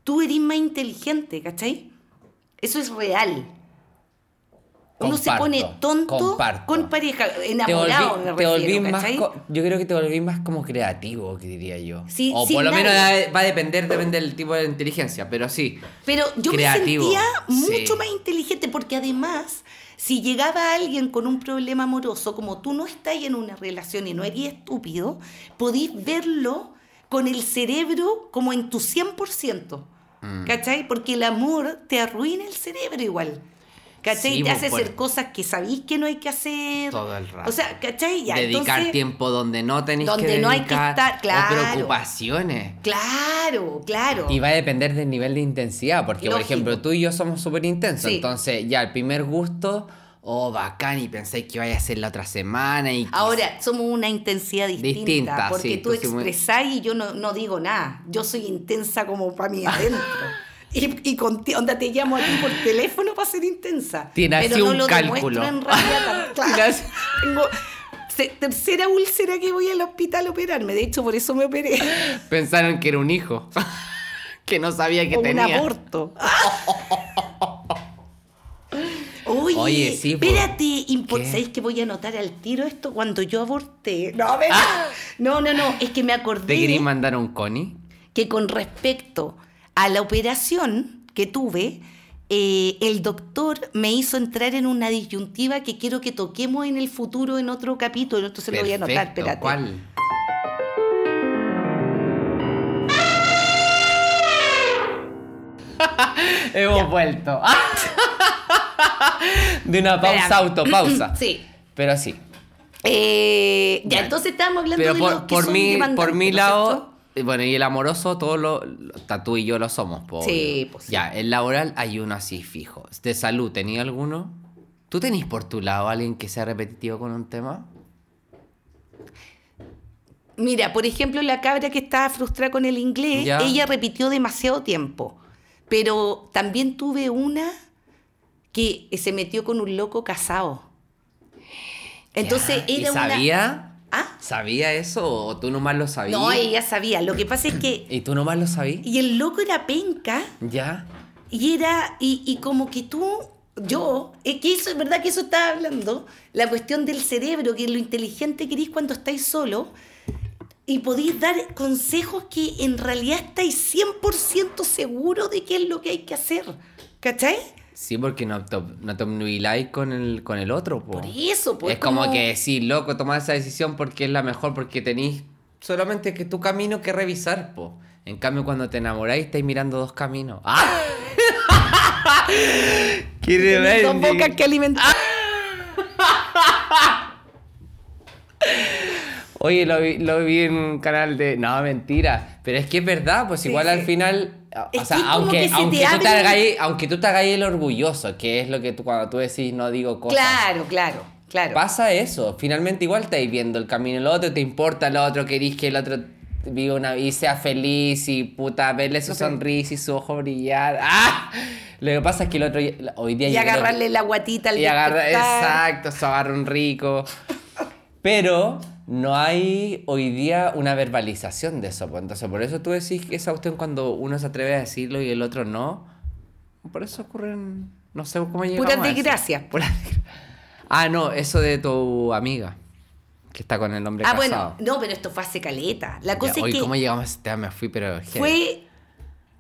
tú eres más inteligente, ¿cachai? Eso es real. Uno se
Comparto,
pone tonto
comparto.
con pareja,
Te volví,
enamorado, me
te volví
refiero,
más
¿cachai?
co- yo creo que te volví más como creativo, que diría yo.
Sí,
o
sin
por lo menos
nadie.
va a depender, depende del tipo de inteligencia, pero sí.
Pero yo
Creativo,
me sentía
sí.
mucho más inteligente porque además, si llegaba alguien con un problema amoroso, como tú no estás en una relación y no eres estúpido, podís verlo con el cerebro como en tu 100%.
Mm.
¿Cachai? Porque el amor te arruina el cerebro igual. ¿Cachai?
Sí,
te
bo,
hace
por-
hacer cosas que sabís que no hay que hacer.
Todo el rato.
O sea, ¿cachai? Ya,
dedicar
entonces-
tiempo donde no tenéis que
Donde no hay que
dedicar,
estar, claro.
O preocupaciones.
Claro, claro.
Y va a depender del nivel de intensidad, porque por
Lógico.
ejemplo tú y yo somos súper intensos,
Sí.
entonces ya el primer gusto, oh bacán, y pensáis que vaya a ser la otra semana y...
Ahora, somos una intensidad distinta.
Distinta,
porque
sí,
tú
tú sí muy-
expresás y yo no, no digo nada. Yo soy intensa como para mí adentro. Y, y con ti- onda, te llamo a ti por teléfono para ser intensa.
Tiene
pero
así
no
un
lo
cálculo.
demuestro en realidad. tan- claro.
Tiene así-
Tengo se- tercera úlcera que voy al hospital a operarme. De hecho, por eso me operé.
Pensaron que era un hijo, que no sabía que
o
tenía.
un aborto. Oye,
Oye, sí, po.
espérate, impo-
¿Qué?
¿sabéis que voy a anotar al tiro esto cuando yo aborté? No, ¿verdad? no, no, no, es que me
Ah. ¿Te querís
acordé
mandar un Connie?
que con respecto a la operación que tuve, eh, el doctor me hizo entrar en una disyuntiva que quiero que toquemos en el futuro, en otro capítulo, entonces lo voy a anotar,
Perfecto,
espérate.
¿Cuál? Hemos vuelto. De una pausa,
Espérame.
autopausa.
Sí.
Pero sí.
Eh, ya,
Ya.
entonces estábamos hablando
Pero
de los
por,
que
por
son
mi, por
demandantes,
mi
¿no es cierto?
lado, y bueno, y el amoroso, todo lo, hasta tú y yo lo somos. po,
Sí,
obvio.
pues sí.
Ya, el laboral hay uno así fijo. De salud, ¿tenía alguno? ¿Tú tenés por tu lado alguien que sea repetitivo con un tema?
Mira, por ejemplo, la cabra que estaba frustrada con el inglés,
Ya.
ella repitió demasiado tiempo. Pero también tuve una que se metió con un loco casado. Entonces
Ya, ¿y
era una.
sabía?
¿Ah?
¿Sabía eso o tú nomás lo sabías?
No, ella sabía. Lo que pasa es que.
¿Y tú nomás lo sabías?
Y el loco era penca
¿Ya?
y era. Y, y como que tú Yo, es que eso, es verdad que eso estaba hablando, la cuestión del cerebro, que lo inteligente que eres cuando estáis solo y podéis dar consejos que en realidad estáis 100% seguro de qué es lo que hay que hacer. ¿Cachai?
Sí, porque no te, no te obnubiláis con el, con el otro, po.
Por eso, pues,
Es como,
como-
que sí, loco, tomar esa decisión porque es la mejor, porque tenéis solamente que tu camino que revisar, po. En cambio, cuando te enamoráis, estáis mirando dos caminos. ¡Ah! ¡Qué
Tenéis dos
rebelde!
bocas que alimentar.
Ah, Oye, lo vi, lo vi en un canal de. No, mentira. Pero es que es verdad, pues igual al final.
Es
o sea,
que es como que
aunque,
se
aunque,
te
tú te
abre-
hagas ahí- aunque tú te hagas el orgulloso, que es lo que tú cuando tú decís no digo cosas.
Claro, claro, claro.
Pasa eso. Finalmente igual estáis viendo el camino del otro, te importa el otro, querís que el otro viva una y sea feliz y puta, verle su sonrisa y su ojo brillar. ¡Ah! Lo que pasa es que el otro hoy día
y
yo creo que-
agarrarle la guatita al
y agarra,
despertar.
exacto, se agarra un rico. Pero no hay hoy día una verbalización de eso. pues. Entonces, por eso tú decís que esa cuestión cuando uno se atreve a decirlo y el otro no. Por eso ocurren, no sé cómo llegamos
Puras
a eso.
desgracias. pues.
Puras desgra- Ah, no, eso de tu amiga que está con el hombre
Ah,
casado.
bueno, no, pero esto fue hace caleta. La
Ya,
cosa
hoy,
es que
¿cómo llegamos a ese tema? Me fui, pero...
fue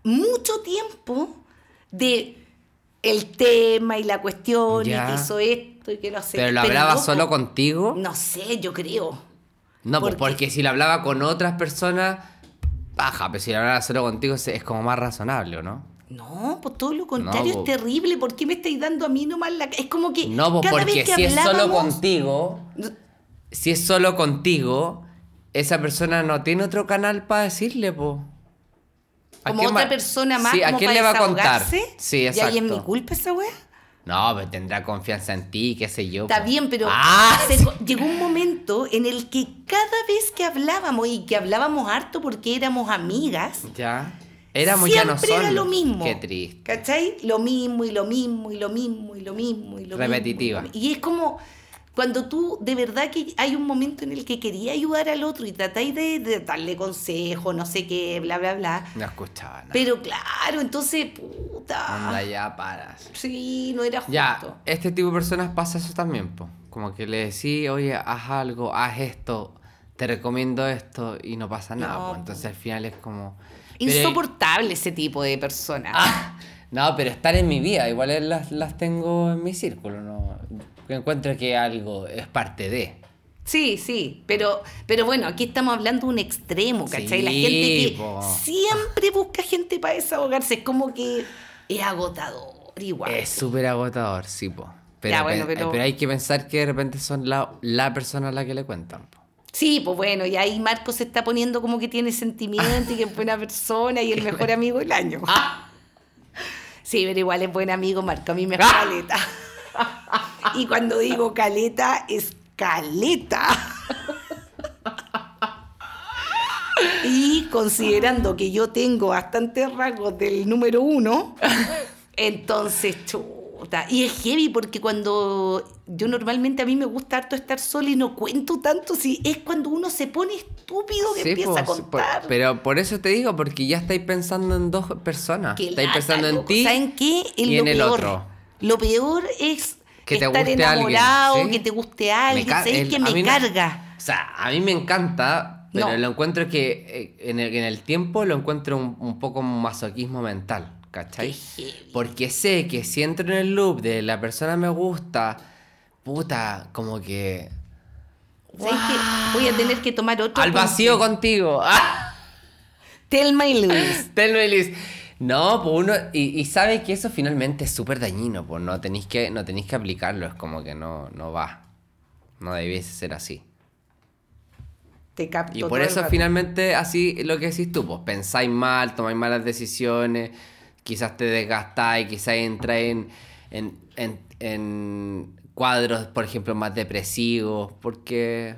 mucho tiempo de el tema y la cuestión y
Ya.
que hizo esto y que lo hace.
¿Pero lo hablaba
loco,
solo contigo?
No sé, yo creo.
No, pues
Porque-
porque si lo hablaba con otras personas, baja, pero si lo hablaba solo contigo se- es como más razonable, ¿o no?
No, pues todo lo contrario
No,
es
po.
terrible. ¿Por qué me estáis dando a mí nomás la.? Es como que.
No, pues
Eh, cada
porque
vez que
si es solo
hablábamos-
contigo, si es solo contigo, esa persona no tiene otro canal para decirle, po. ¿A
Como
quién
otra
va-
persona más.
Sí, ¿a
como
quién
para
le va a contar?
desahogarse,
Sí,
Y ahí es mi
exacto.
culpa esa weá.
No, pero tendrá confianza en ti, qué sé yo.
Está
po.
bien, pero
¡Ah!
se co- llegó un momento en el que cada vez que hablábamos y que hablábamos harto porque éramos amigas,
Ya. Éramos
siempre
ya no son.
era lo mismo.
Qué triste.
¿Cachai? Lo mismo y lo mismo y lo mismo y lo mismo y lo mismo.
Repetitiva.
Y es como cuando tú de verdad que hay un momento en el que quería ayudar al otro y tratáis de, de darle consejo, no sé qué, bla, bla, bla.
No escuchaba nada.
Pero ah. claro, entonces, puta.
Anda, ya paras.
Sí, no era justo.
Ya, este tipo de personas pasa eso también, po. Como que le decís, oye, haz algo, haz esto, te recomiendo esto y no pasa nada,
No,
po.
po.
Entonces al final es como... pero-
Insoportable ese tipo de personas.
Ah, no, pero estar en mi vida, igual es- las, las tengo en mi círculo, ¿no? Encuentro que algo es parte de...
Sí, sí, pero, pero bueno, aquí estamos hablando de un extremo, ¿cachai? La
Sí,
gente que
po.
siempre busca gente para desahogarse, es como que es agotador igual.
Es súper agotador, sí, po. Pero,
Ya, bueno,
pe-
pero-
pero hay que pensar que de repente son la, la persona a la que le cuentan, po.
Sí, pues bueno, y ahí Marco se está poniendo como que tiene sentimiento y que es buena persona y el mejor amigo del año.
Ah,
Sí, pero igual es buen amigo Marco, a mí me es
Ah.
caleta. Y cuando digo caleta, es caleta. Y considerando que yo tengo bastantes rasgos del número uno, entonces, chuta. Y es heavy porque cuando yo normalmente a mí me gusta harto estar sola y no cuento tanto, si es cuando uno se pone estúpido que
Sí,
empieza
pues,
a contar.
por- pero por eso te digo, porque ya estáis pensando en dos personas.
Qué
Estáis
lata,
pensando en
loco.
ti
¿Saben qué? Es
y
lo
en el
peor.
otro.
Lo peor es
Que te
estar
guste
enamorado,
alguien, ¿sí?
que te guste
Me
alguien,
car-
¿sabes
el-
que
a
me
mí me-
carga?
O sea, a mí me encanta, pero
No.
lo encuentro que eh, en el, en el tiempo lo encuentro un, un poco masoquismo mental, ¿cachai? Porque sé que si entro en el loop de la persona me gusta, puta, como que...
¿Sabes que voy a tener que tomar otro
Ah. Al vacío
consejo?
contigo. ¡Ah!
Telma y Luis.
Telma y Luis. No, pues uno. Y, y sabe que eso finalmente es súper dañino, pues no tenéis que, no tenéis que aplicarlo, es como que no, no va. No debiese ser así.
Te capto
Y
todo
por
el
eso
rato.
finalmente así lo que decís tú, pues pensáis mal, tomáis malas decisiones, quizás te desgastáis, quizás entráis en, en, en- en cuadros, por ejemplo, más depresivos, porque...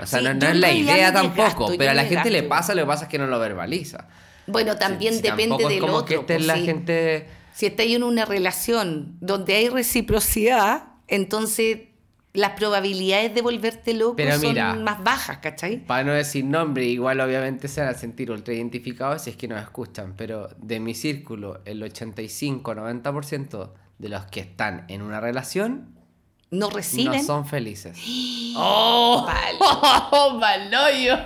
O sea,
Sí,
no, no
yo
es
en
la
realidad
idea
me
tampoco,
desgasto, yo
pero a la
me
gente le
desgasto.
pasa, lo que pasa es que no lo verbaliza.
Bueno, también
Si
depende
tampoco es
del
como
otro.
que esté
pues,
la
sí.
gente...
Si estáis en una relación donde hay reciprocidad, entonces las probabilidades de volverte loco
Pero
son
mira.
más bajas, ¿cachai?
Para no decir nombre, igual obviamente se van a sentir ultra identificados si es que nos escuchan, pero de mi círculo, el 85-90% de los que están en una relación
No
no
reciben.
son felices.
Vale.
¡Oh, malollo!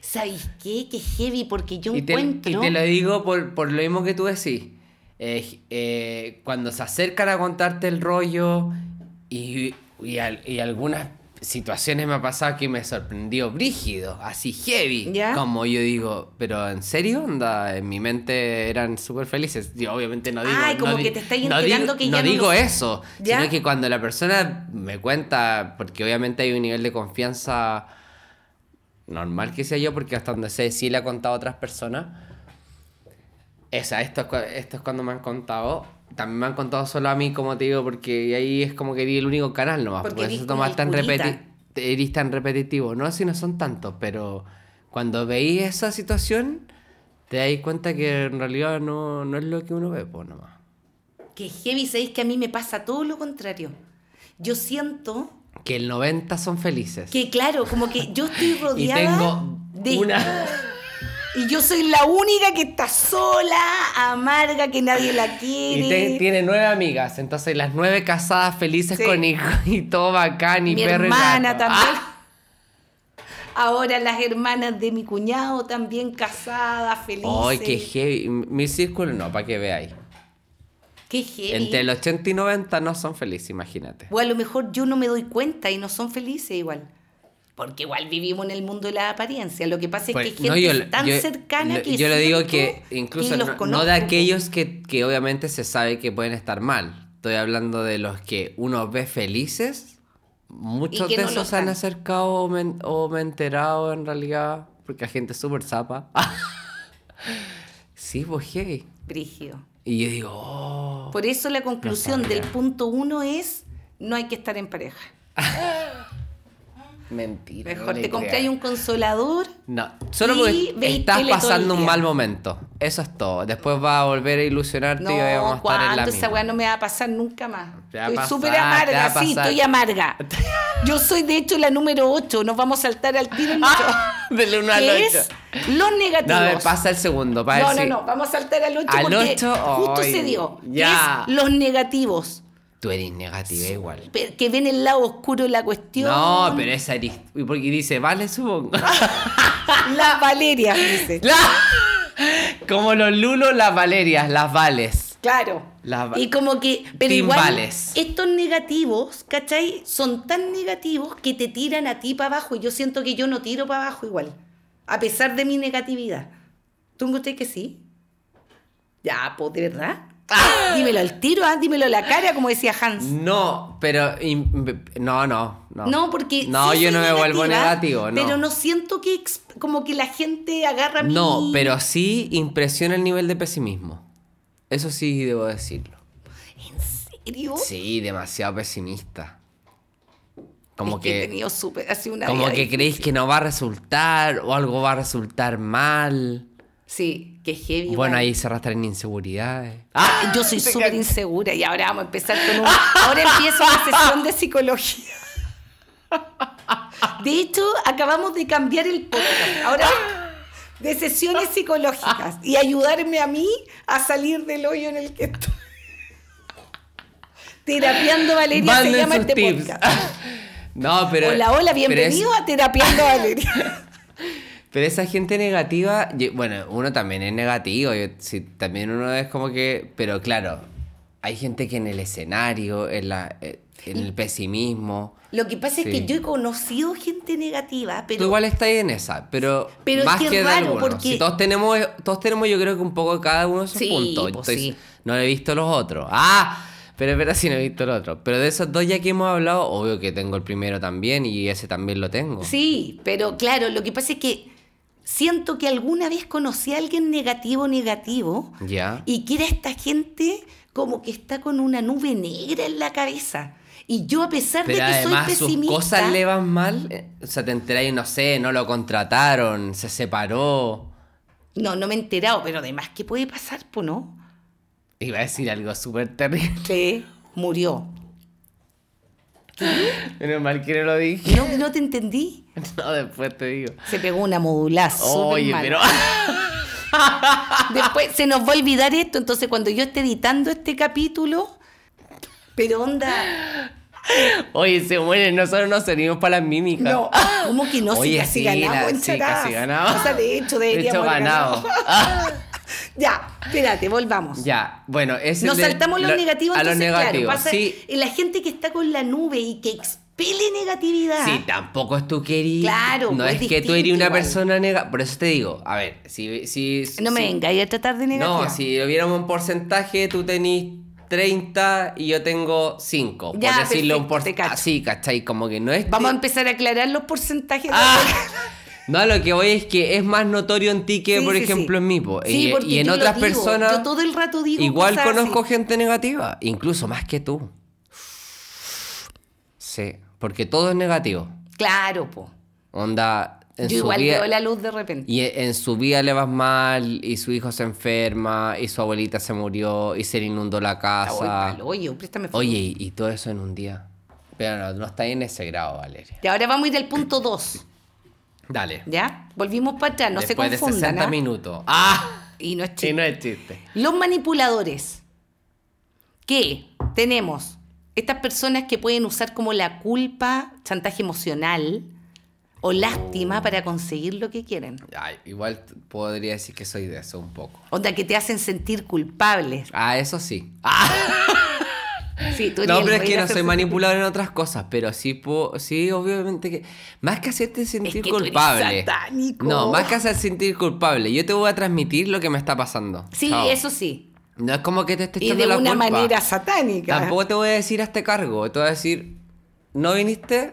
¿Sabes qué? Qué heavy, porque yo
Y te, y
encuentro.
te lo digo por, por lo mismo que tú decís. Eh, eh, cuando se acercan a contarte el rollo y, y al- y algunas situaciones me ha pasado que me sorprendió brígido, así heavy.
¿Ya?
Como yo digo, pero ¿en serio? Onda, en mi mente eran súper felices. Yo obviamente no digo...
Ay,
no
como
di-
que te estáis
no
enterando
digo-
que
no
ya no
digo
lo-
eso,
¿Ya?
sino que cuando la persona me cuenta, porque obviamente hay un nivel de confianza normal que sea yo, porque hasta donde sé, sí le ha contado a otras personas. Esa, esto es, cu- esto es cuando me han contado. También me han contado solo a mí, como te digo, porque ahí es como que eres el único canal nomás.
Porque
Por
eres
eso
como
tomas
el
tan,
curita.
repeti- eres tan repetitivo. No, si no son tantos, pero cuando veis esa situación, te dais cuenta que en realidad no, no es lo que uno ve, pues nomás.
Que heavy, ¿sabéis que a mí me pasa todo lo contrario? Yo siento
Que el 90 son felices.
que, claro, como que yo estoy
y
rodeada
tengo
de.
una.
Y yo soy la única que está sola, amarga, que nadie la quiere.
Y te- tiene nueve amigas, entonces las nueve casadas felices
Sí.
con hijos y todo bacán y
mi
perro y
hermana
gato.
también.
¡Ah!
Ahora las hermanas de mi cuñado también casadas, felices.
Ay, qué heavy. Mi círculo no, para que veáis.
Qué heavy.
Entre el 80 y 90 no son felices, imagínate.
O a lo mejor yo no me doy cuenta y no son felices igual. Porque igual vivimos en el mundo de la apariencia. Lo que pasa es
Pues,
Este, que hay gente
no, yo-
tan
yo-
cercana
lo-
que
Yo le digo que
siento
incluso
los
no, no
conozco.
de aquellos que, que obviamente se sabe que pueden estar mal. Estoy hablando de los que uno ve felices. Muchos
que
de
no lo
esos se han
están.
acercado o me, o me he enterado en realidad. Porque la gente es súper zapa. sí, pues heavy.
Brígido.
Y yo digo, oh.
Por eso la conclusión
sabía.
del punto uno es no hay que estar en pareja.
Mentira. no
Mejor
le
te
creas.
compráis un consolador.
No, solo
Y
porque
veis
estás
tele todo el
pasando un
día.
mal momento. Eso es todo. Después va a volver a ilusionarte
No,
y vamos a estar en la
¿cuándo esa
misma.
weá no me va a pasar nunca más?
Te va a
Estoy
pasar,
súper
te va a
amarga, sí,
pasar.
estoy amarga. Yo soy de hecho la número 8, nos vamos a saltar al tiro el
Ah, Del uno
ocho,
al
que
ocho.
es los negativos.
No, me pasa el segundo. Para
no,
ver
no,
si-
no, vamos a saltar al 8
Al
porque
ocho,
justo
ay,
se dio. que
ya.
Es los negativos,
Tú eres negativa igual.
pe- que ven el lado oscuro de la cuestión.
No, pero esa eres. y Porque dice, vale, supongo.
La Valeria dice.
La- Como los Lulos, las Valerias, las Vales.
Claro.
La-
y como que, pero
Team
igual,
Vales.
estos negativos, ¿cachai? Son tan negativos que te tiran a ti para abajo. Y yo siento que yo no tiro para abajo igual. A pesar de mi negatividad. ¿Tú me usted que sí? Ya, pues, de verdad. Dímelo al tiro, ah, dímelo a la cara, como decía Hans.
No, pero. im- No, no, no.
No, porque.
No,
sí
yo
soy
no me vuelvo
negativa,
negativo, no.
Pero no siento que exp- como que la gente agarra mi-
No, pero sí impresiona el nivel de pesimismo. Eso sí debo decirlo.
¿En serio?
Sí, demasiado pesimista. Como
Es que, he
que,
tenido súper- ha sido una
como
vida
que
difícil.
creéis que no va a resultar o algo va a resultar mal.
Sí, que heavy. igual.
Bueno, ahí se arrastran inseguridades.
Ah, yo soy súper insegura y ahora vamos a empezar con un... Ahora empiezo la sesión de psicología. De hecho, acabamos de cambiar el podcast. Ahora de sesiones psicológicas y ayudarme a mí a salir del hoyo en el que estoy. Terapiando Valeria se
Manden
llama
sus
este
tips.
podcast.
No, pero.
hola, hola,
pero es-
bienvenido a Terapiando Valeria.
Pero esa gente negativa, yo- bueno, uno también es negativo, yo- sí, también uno es como que, pero claro, hay gente que en el escenario, en, la, eh, en el pesimismo,
Lo que pasa es que
Sí.
yo he conocido gente negativa, pero
tú igual estás en esa, pero,
Pero es
más
que
que,
es
de
raro,
algunos.
porque-
Si todos tenemos, todos tenemos yo creo que un poco cada uno sus
Sí,
puntos.
pues
Estoy-
sí.
No he visto los otros. ¡Ah! Pero es verdad si no he visto los otros. Pero de esos dos ya que hemos hablado, obvio que tengo el primero también y ese también lo tengo.
Sí, pero claro, lo que pasa es que siento que alguna vez conocí a alguien negativo, negativo,
Ya.
y que era esta gente como que está con una nube negra en la cabeza. Y yo, a pesar
Pero
de que soy
además sus
pesimista,
cosas le van mal. eh, O sea, te enteráis, no sé, no lo contrataron, se separó.
no, no me he enterado, pero además, ¿qué puede pasar, po, no?
Iba a decir algo súper terrible.
Sí. Murió.
Menos mal que no lo dije.
No, no te entendí.
No, después te digo.
Se pegó una modulazo.
Oye, pero.
Después se nos va a olvidar esto, entonces cuando yo esté editando este capítulo, pero onda,
Oye, se mueren, nosotros nos servimos para las mímicas.
no, ah, ¿cómo que no? Si
Oye,
casi
sí,
ganamos
la-
en
sí,
Charás.
casi ganamos.
O sea, de hecho,
De hecho,
deberíamos haber
ganado.
ganado. ya, espérate, volvamos.
Ya, bueno, ese
Nos
es el-
saltamos los
lo-
negativos.
A los
entonces, claro,
negativos,
pasa-
sí.
Y la gente que está con la nube y que expele negatividad.
Sí, tampoco es tu querida.
Claro,
No
pues,
es que tú eres
distinto
una
igual.
persona negativa. Por eso te digo, a ver, si. si
no me
si-
venga y a tratar de negativo.
No, si lo viéramos en porcentaje, tú tenés 30 y yo tengo 5. Por
Ya,
decirlo
perfecto, te
un porcentaje.
cacho.
Así, ¿cachai? Como que no es.
Vamos a empezar a aclarar los porcentajes. de-
¡Ah! No, a lo que voy es que es más notorio en ti que,
Sí,
por
sí,
ejemplo,
sí.
en mí. po.
Sí,
y,
porque
y en
yo lo
otras
digo,
personas.
yo todo el rato digo
Igual
cosas así.
conozco gente negativa, incluso más que tú. Sí, porque todo es negativo.
Claro, po.
Onda. En
Yo
su
igual
vida-
veo la luz de repente.
Y e- en su vida le vas mal, y su hijo se enferma, y su abuelita se murió, y se le inundó la casa.
Oye, oye, préstame.
Oye, y, y todo eso en un día. Pero no, no está en ese grado, Valeria.
Y ahora vamos a ir al punto 2.
Dale.
¿Ya? Volvimos para atrás, no
Después
se
de
confundan.
60
¿ah?
minutos. ¡Ah!
Y no es chiste.
Sí, no es chiste.
Los manipuladores. Que tenemos estas personas que pueden usar como la culpa, chantaje emocional o lástima para conseguir lo que quieren.
Ay, igual t- podría decir que soy de eso un poco.
Onda que te hacen sentir culpables.
Ah, eso sí. Ah,
Sí, tú eres
no,
el
pero es
rey
que
de
no
hacer
soy
sentir-
manipulador en otras cosas, pero sí, po- sí obviamente que... Más que hacerte sentir
que tú eres
culpable.
satánico.
No, más que hacer sentir culpable. Yo te voy a transmitir lo que me está pasando.
Sí,
Chao.
eso sí.
No es como que te esté
Y
echando
de
la
una
culpa.
manera satánica.
Tampoco te voy a decir hasta cargo. Te voy a decir, no viniste,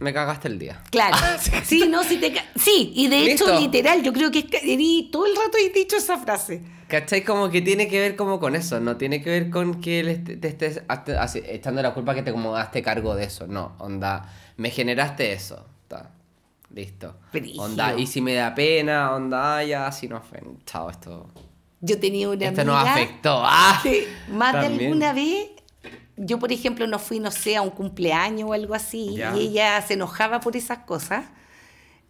me cagaste el día.
Claro. Sí, no, sí te ca- Sí, y de hecho,
Listo.
literal, yo creo que es que- y todo el rato he dicho esa frase.
¿Cachai? Como que tiene que ver como con eso, no tiene que ver con que le est- te estés hazte- así- echando la culpa que te como daste cargo de eso, no, onda, me generaste eso, ta, listo.
Brígido.
Onda, y si me da pena, onda, ah, ya, si no fue, chao, esto,
Yo tenía una
esto nos
amiga
afectó, ah,
que más de
También.
alguna vez, yo por ejemplo no fui, no sé, a un cumpleaños o algo así,
Ya.
y ella se enojaba por esas cosas.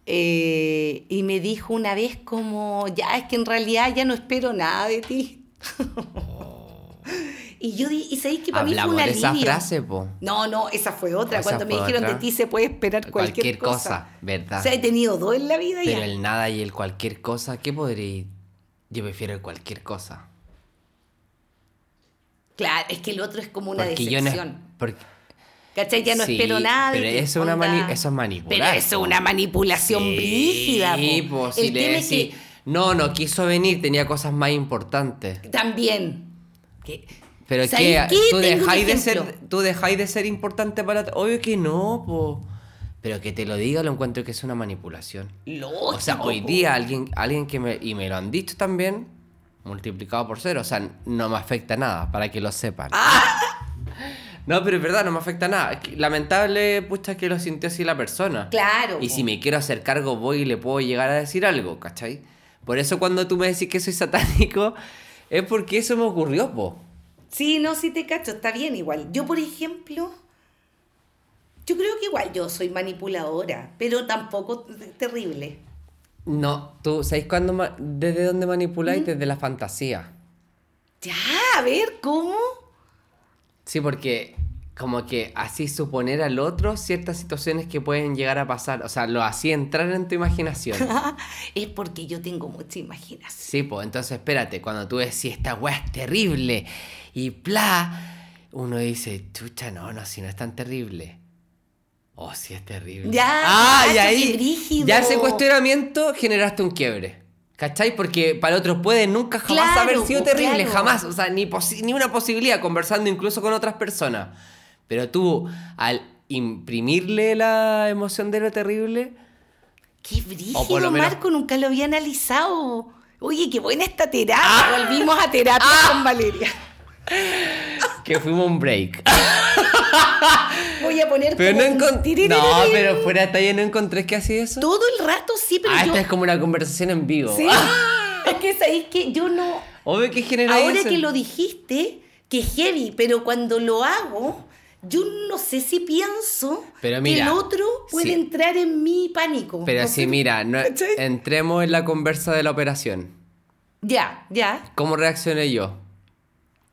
eh, y me dijo una vez como, ya, es que en realidad ya no espero nada de ti. y yo di- y sabéis que para
Hablamos
mí
de
fue una
esa frase, po.
No, no, esa fue otra.
Esa
Cuando me
fue
dijeron
otra.
de ti se puede esperar cualquier,
Cualquier cosa, ¿verdad?
O sea, he tenido dos en la vida
Pero
ya.
el nada y el cualquier cosa, ¿qué podría Yo prefiero el cualquier cosa.
Claro, es que el otro es como una
Porque yo no...
decepción.
porque-
¿Cachai? Ya no
Sí,
espero nada. de
pero
ti,
eso es una
onda.
mani- eso es manipular,
Pero eso es
po.
una manipulación
Sí,
brígida. po.
po, si
El
le
tema es
decís, no, no quiso venir, tenía cosas más importantes.
que también. que-
Pero es
¿Sabéis
que
qué?
tú
Tengo un
dejáis de
ejemplo.
ser, tú dejáis de ser importante para, obvio que no, po. Pero que te lo diga lo encuentro que es una manipulación.
Lógico,
O sea, hoy
po.
día alguien, alguien que me, y me lo han dicho también, multiplicado por cero, o sea, no me afecta nada, para que lo sepan.
Ah.
No, pero es verdad, no me afecta nada. Es que Lamentable, pucha, que lo sintió así la persona.
Claro,
Y
po.
si me quiero hacer cargo, voy y le puedo llegar a decir algo, ¿cachai? Por eso cuando tú me decís que soy satánico, es porque eso me ocurrió, po.
Sí, no, sí te cacho, está bien igual. Yo, por ejemplo, yo creo que igual yo soy manipuladora, pero tampoco t- terrible.
No, tú, ¿sabes cuándo ma- desde dónde manipuláis? Desde la fantasía.
Ya, a ver, ¿cómo?
Sí, porque como que así suponer al otro ciertas situaciones que pueden llegar a pasar, o sea, lo hacía entrar en tu imaginación.
Ah, Es porque yo tengo mucha imaginación.
Sí, pues entonces espérate, cuando tú decís esta weá es terrible y bla, uno dice, chucha, no, no, si no es tan terrible. Oh, si es terrible.
Ya,
ah, y
cacho,
ahí.
qué brígido.
Ya ese cuestionamiento generaste un quiebre. ¿Cachai? Porque para otros puede nunca jamás
Claro,
haber sido
pues,
terrible,
claro.
jamás. O sea, ni, posi- ni una posibilidad, conversando incluso con otras personas. Pero tú, al imprimirle la emoción de lo terrible,
Qué brígido,
O por lo menos-
Marco, nunca lo había analizado. Oye, qué buena esta terapia.
Ah.
Volvimos a terapia con Valeria.
que fuimos un break.
Voy a poner
Pero no
como un
encontré.
tiriririrín.
No, pero fuera de talla no encontré que hacía eso.
Todo el rato sí, pero
Ah,
yo...
esta es como una conversación en vivo.
Sí.
Ah,
es que sabéis que yo no...
obvio que genera
Ahora
eso.
que lo dijiste, que heavy, pero cuando lo hago, yo no sé si pienso
Pero
que
mira,
el otro puede
sí.
entrar en mi pánico.
Pero
No
sí,
sé-
mira, no-
¿Cachai?
entremos en la conversa de la operación.
Ya, ya.
¿Cómo reaccioné yo?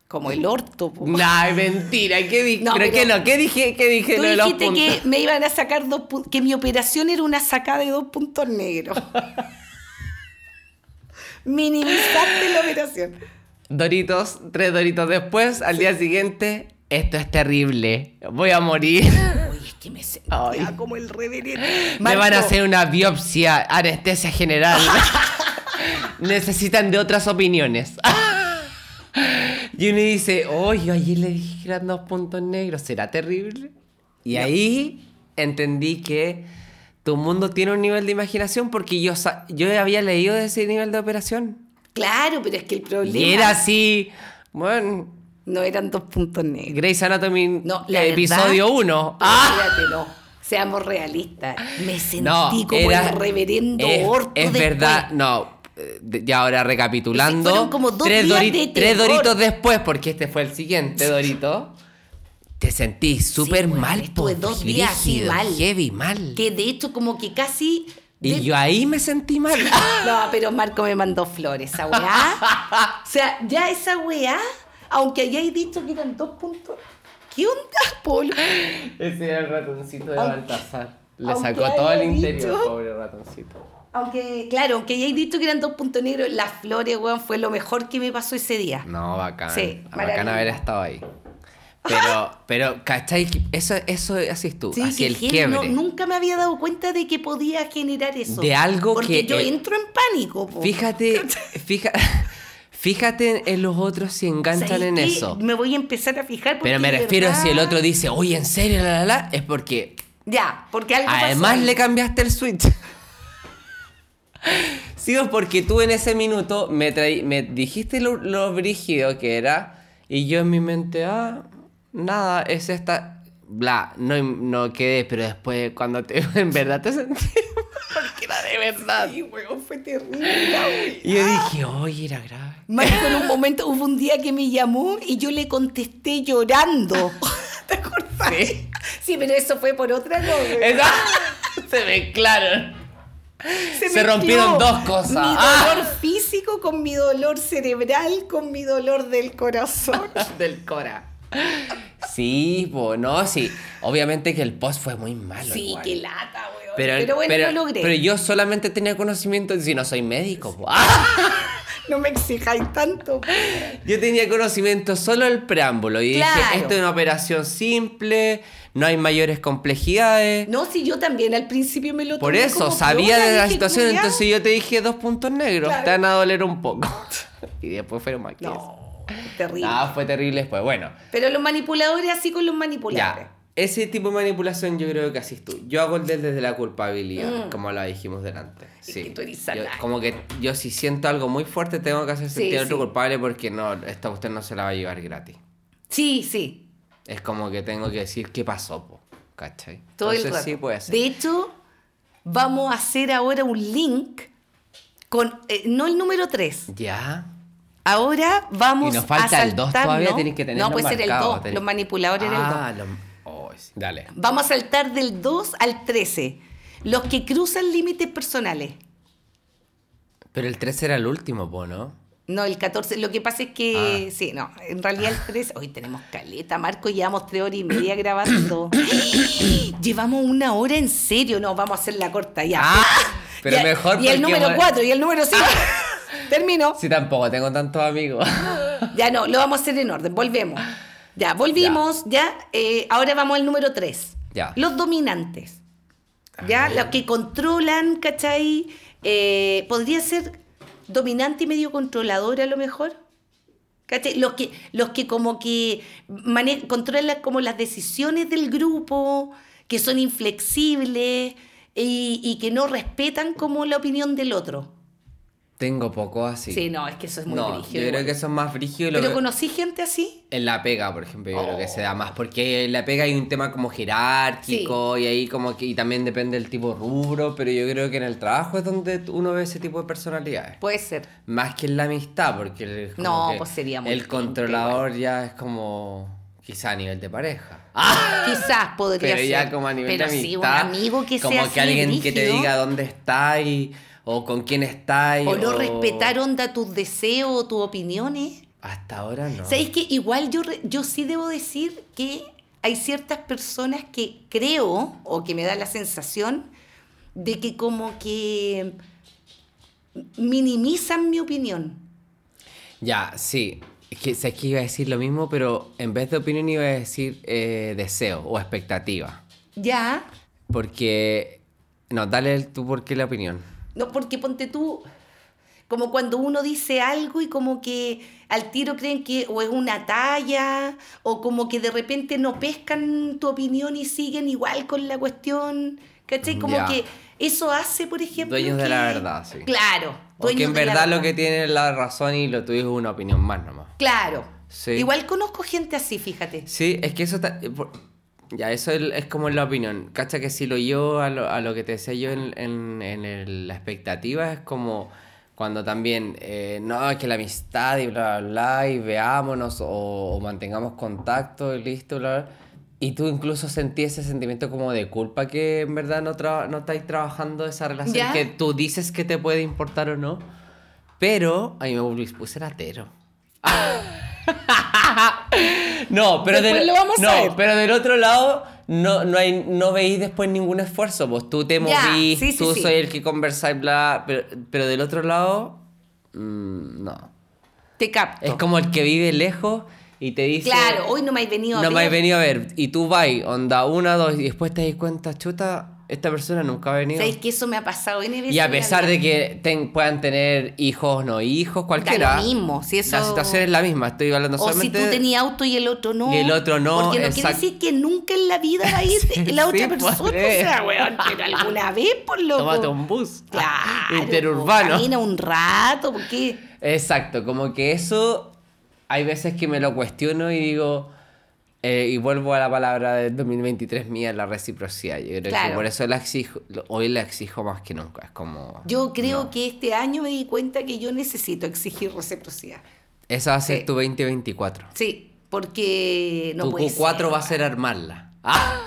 Como el orto. po.
Nah, es mentira. ¿Qué dije?
No,
¿Pero
pero-
qué no? ¿Qué dije? ¿Qué dije?
Tú
lo de los
dijiste
puntos?
que me iban a sacar dos puntos, que mi operación era una sacada de dos puntos negros. Minimizaste la operación.
Doritos, tres doritos después, al día siguiente, esto es terrible. Voy a morir.
Oye, es que me sentía
Ay.
como el reverendo.
Me van a
Marco,
hacer una biopsia, anestesia general. Necesitan de otras opiniones. y uno dice, oye, ayer le dije que eran dos puntos negros, ¿será terrible? Y ahí entendí que tu mundo tiene un nivel de imaginación porque yo, sa- yo había leído de ese nivel de operación.
Claro, pero es que el problema
Y era así, bueno,
no eran dos puntos negros.
Grey's Anatomy
No, la
episodio
verdad-
1.
Espérate, no. Seamos realistas. Me sentí
Ah. No,
como
era-
el reverendo
es,
orto.
es
después.
verdad, no. eh, de- Ya ahora
Ese
recapitulando.
fueron como dos
tres,
días
dori-
de
tres
terror.
doritos después, porque este fue el siguiente dorito. Te sentí súper
weón,
mal,
estuve
po,
dos días así,
brígido,
mal.
Heavy, mal.
Que de hecho, como que casi.
Y
de-
yo ahí me sentí mal.
No, pero Marco me mandó flores, esa weá. O sea, ya esa weá, aunque hayáis dicho que eran dos puntos. ¿Qué onda, Polo?
Ese era el ratoncito de
Aunque-
Baltasar. Le
aunque
sacó todo el
haya
interior,
dicho-
pobre ratoncito.
Aunque, claro, aunque hayáis dicho que eran dos puntos negros, las flores, weón, fue lo mejor que me pasó ese día.
No, bacán.
Sí,
bacán
maravilla.
haber estado ahí. Pero, pero, ¿cachai? Eso, eso haces tú,
Sí,
así
que
el
gen- no-
quiebre.
nunca me había dado cuenta de que podía generar eso.
De algo
Porque
que,
yo
eh,
entro en pánico. po.
Fíjate, fija- fíjate en los otros si enganchan
¿Sabéis
en
qué?
eso.
Me voy a empezar a fijar. porque
Pero me
de
refiero si el
verdad-
otro dice, oye, en serio, la la la, es porque
Ya, porque algo pasó
además
ahí.
le cambiaste el switch. Sí, o porque tú en ese minuto me, trai- me dijiste lo, lo brígido que era y yo en mi mente, ah, nada, es esta, bla, no, no quedé, pero después cuando te, en verdad te sentí, porque era de verdad.
Sí, weón, fue terrible. la wea.
Y yo dije, oye, era grave.
Marco en un momento, hubo un día que me llamó y yo le contesté llorando. ¿Te acordás? Sí. pero eso fue por otra cosa.
Esa- se mezclaron.
Se,
Se
mezcló
rompieron dos cosas.
Mi
Ah.
dolor físico con mi dolor cerebral, con mi dolor del corazón.
Del Cora. Sí, po, no, sí. Obviamente que el post fue muy malo.
sí,
igual.
qué lata, weón.
Pero,
Pero, bueno,
pero-
lo logré.
pero yo solamente tenía conocimiento si no soy médico. po. ¡Ah!
No me exijáis tanto.
Yo tenía conocimiento solo el preámbulo y
Claro.
dije, esto es una operación simple, no hay mayores complejidades.
No, si yo también al principio me lo
Por
tomé
eso,
como
sabía
piola,
de la
dije,
situación,
"Culeado".
entonces yo te dije dos puntos negros,
Claro.
te van a doler un poco. y después fueron más que eso.
No, terrible.
Ah, fue terrible después. Bueno,
Pero los manipuladores así con los manipuladores.
ya. Ese tipo de manipulación yo creo que así tú. Yo hago el del desde la culpabilidad, como la dijimos delante.
Mm. Es
Sí.
que tú eres
Yo-
satánico.
como que yo si siento algo muy fuerte tengo que hacer
Sí,
sentir al otro
sí.
culpable porque no, esta usted no se la va a llevar gratis.
Sí, sí.
Es como que tengo que decir qué pasó, po, ¿cachai?
Todo el
Entonces
rato.
sí puede ser.
De hecho, vamos a hacer ahora un link con, eh, no el número 3.
Ya.
Ahora vamos
Y
a
nos falta el 2
saltarnos-
todavía, tenés que tenerlo
No, puede ser el
marcado,
2.
tenés-
Los manipuladores eran el 2.
Ah, los- oh, sí. Dale.
Vamos a saltar del 2 al 13. Los que cruzan límites personales.
Pero el 3 era el último, po, ¿no?
No, el 14. Lo que pasa es que,
Ah.
sí, no, en realidad el 13. Hoy tenemos caleta, Marco, llevamos tres horas y media grabando. Llevamos una hora en serio. No, vamos a hacer la corta ya.
Ah, pero
Ya,
mejor
Y el
porque Ah.
número
va-
4 y el número 5. Termino.
Sí, tampoco tengo tantos amigos.
Ya no, lo vamos a hacer en orden. Volvemos. Ya, volvimos, ya. eh, ahora vamos al número 3.
Ya. Ah,
Los dominantes. Ya, los que controlan, ¿cachai? Eh, Podría ser dominante y medio controlador a lo mejor. ¿Cachai? Los que, los que como que mane- controlan como las decisiones del grupo, que son inflexibles y, y que no respetan como la opinión del otro.
tengo poco así.
Sí, no, es que eso es muy
no,
brígido
yo creo
igual.
que eso es más brígido. y lo
Pero Oh.
que-
conocí gente así.
En la pega, por ejemplo, yo creo que se da más, porque en la pega hay un tema como jerárquico y ahí como que y también depende del tipo de rubro, pero yo creo que en el trabajo es donde uno ve ese tipo de personalidades.
Puede ser.
Más que en la amistad, porque el, es como
No,
que
pues sería muy
el
distinto
controlador ya es como quizá a nivel de pareja.
Quizás Ah, podría
Pero
ser.
ya como a nivel
pero
de amistad.
sí, un amigo que
como
sea así,
que alguien que te
brígido.
diga dónde está y o con quién estáis.
O no respetar onda tus deseos, tus opiniones.
Hasta ahora no.
¿Sabéis que igual yo, re- yo sí debo decir que hay ciertas personas que creo o que me da la sensación de que como que minimizan mi opinión.
Ya, sí. Es que, sabes que iba a decir lo mismo, pero en vez de opinión iba a decir eh, deseo o expectativa.
Ya,
Porque. No, dale el tú por qué la opinión.
no porque ponte tú como cuando uno dice algo y como que al tiro creen que o es una talla o como que de repente no pescan tu opinión y siguen igual con la cuestión, ¿cachai? Como
Ya.
que eso hace, por ejemplo,
Dueños de la
que-
verdad, sí.
Claro,
O que en
dueños de la
verdad lo que tiene es la razón y lo tuyo es una opinión más nomás.
Claro.
Sí.
Igual conozco gente así, fíjate.
Sí, es que eso ta- eh, por- Ya, eso es, es como la opinión. Cacha que si lo llevo a lo, a lo que te decía yo en, en- en el- la expectativa, es como cuando también, eh, no, es que la amistad y bla, bla, bla, y veámonos o, o mantengamos contacto y listo, bla, bla. Y tú incluso sentí ese sentimiento como de culpa que en verdad no, tra- no estáis trabajando esa relación
Ya.
que tú dices que te puede importar o no. Pero, a mí me volví- puse ratero. No, pero
Después
del,
lo vamos a
no,
ver.
pero del otro lado no, no, hay, no veis después ningún esfuerzo. Pues tú
Ya,
te movís,
sí, sí,
tú
sí.
soy el que conversáis, bla. Pero, pero del otro lado, mm, no.
Te capto.
Es como el que vive lejos y te dice.
Claro, hoy no me has venido a
No
ver.
me has venido a ver. Y tú vas, onda, una, dos, y después te das cuenta, chuta, esta persona nunca ha venido.
¿Sabes que eso me ha pasado en
Y a pesar de que ten- puedan tener hijos, no hijos, cualquiera.
lo mismo, si eso-
La situación es la misma, estoy hablando
O si
solamente.
tú tenías auto y el otro no.
Y el otro no,
Porque no quiere
exacto.
decir que nunca en la vida va a ir la
sí,
otra
pues,
persona. O
eh.
sea, weón, pero alguna vez, por loco.
Tómate un bus.
Claro.
Interurbano.
Camina un rato, porque.
Exacto, como que eso hay veces que me lo cuestiono y digo, eh, y vuelvo a la palabra del 2023 mía, la reciprocidad. Yo creo
Claro.
que por eso la exijo, lo- hoy la exijo más que nunca. Es como...
Yo creo
no.
que este año me di cuenta que yo necesito exigir reciprocidad.
Esa va a ser
Sí.
tu 2024.
Sí, porque no
tu
puede
Q4
ser.
va a ser armarla. Ah,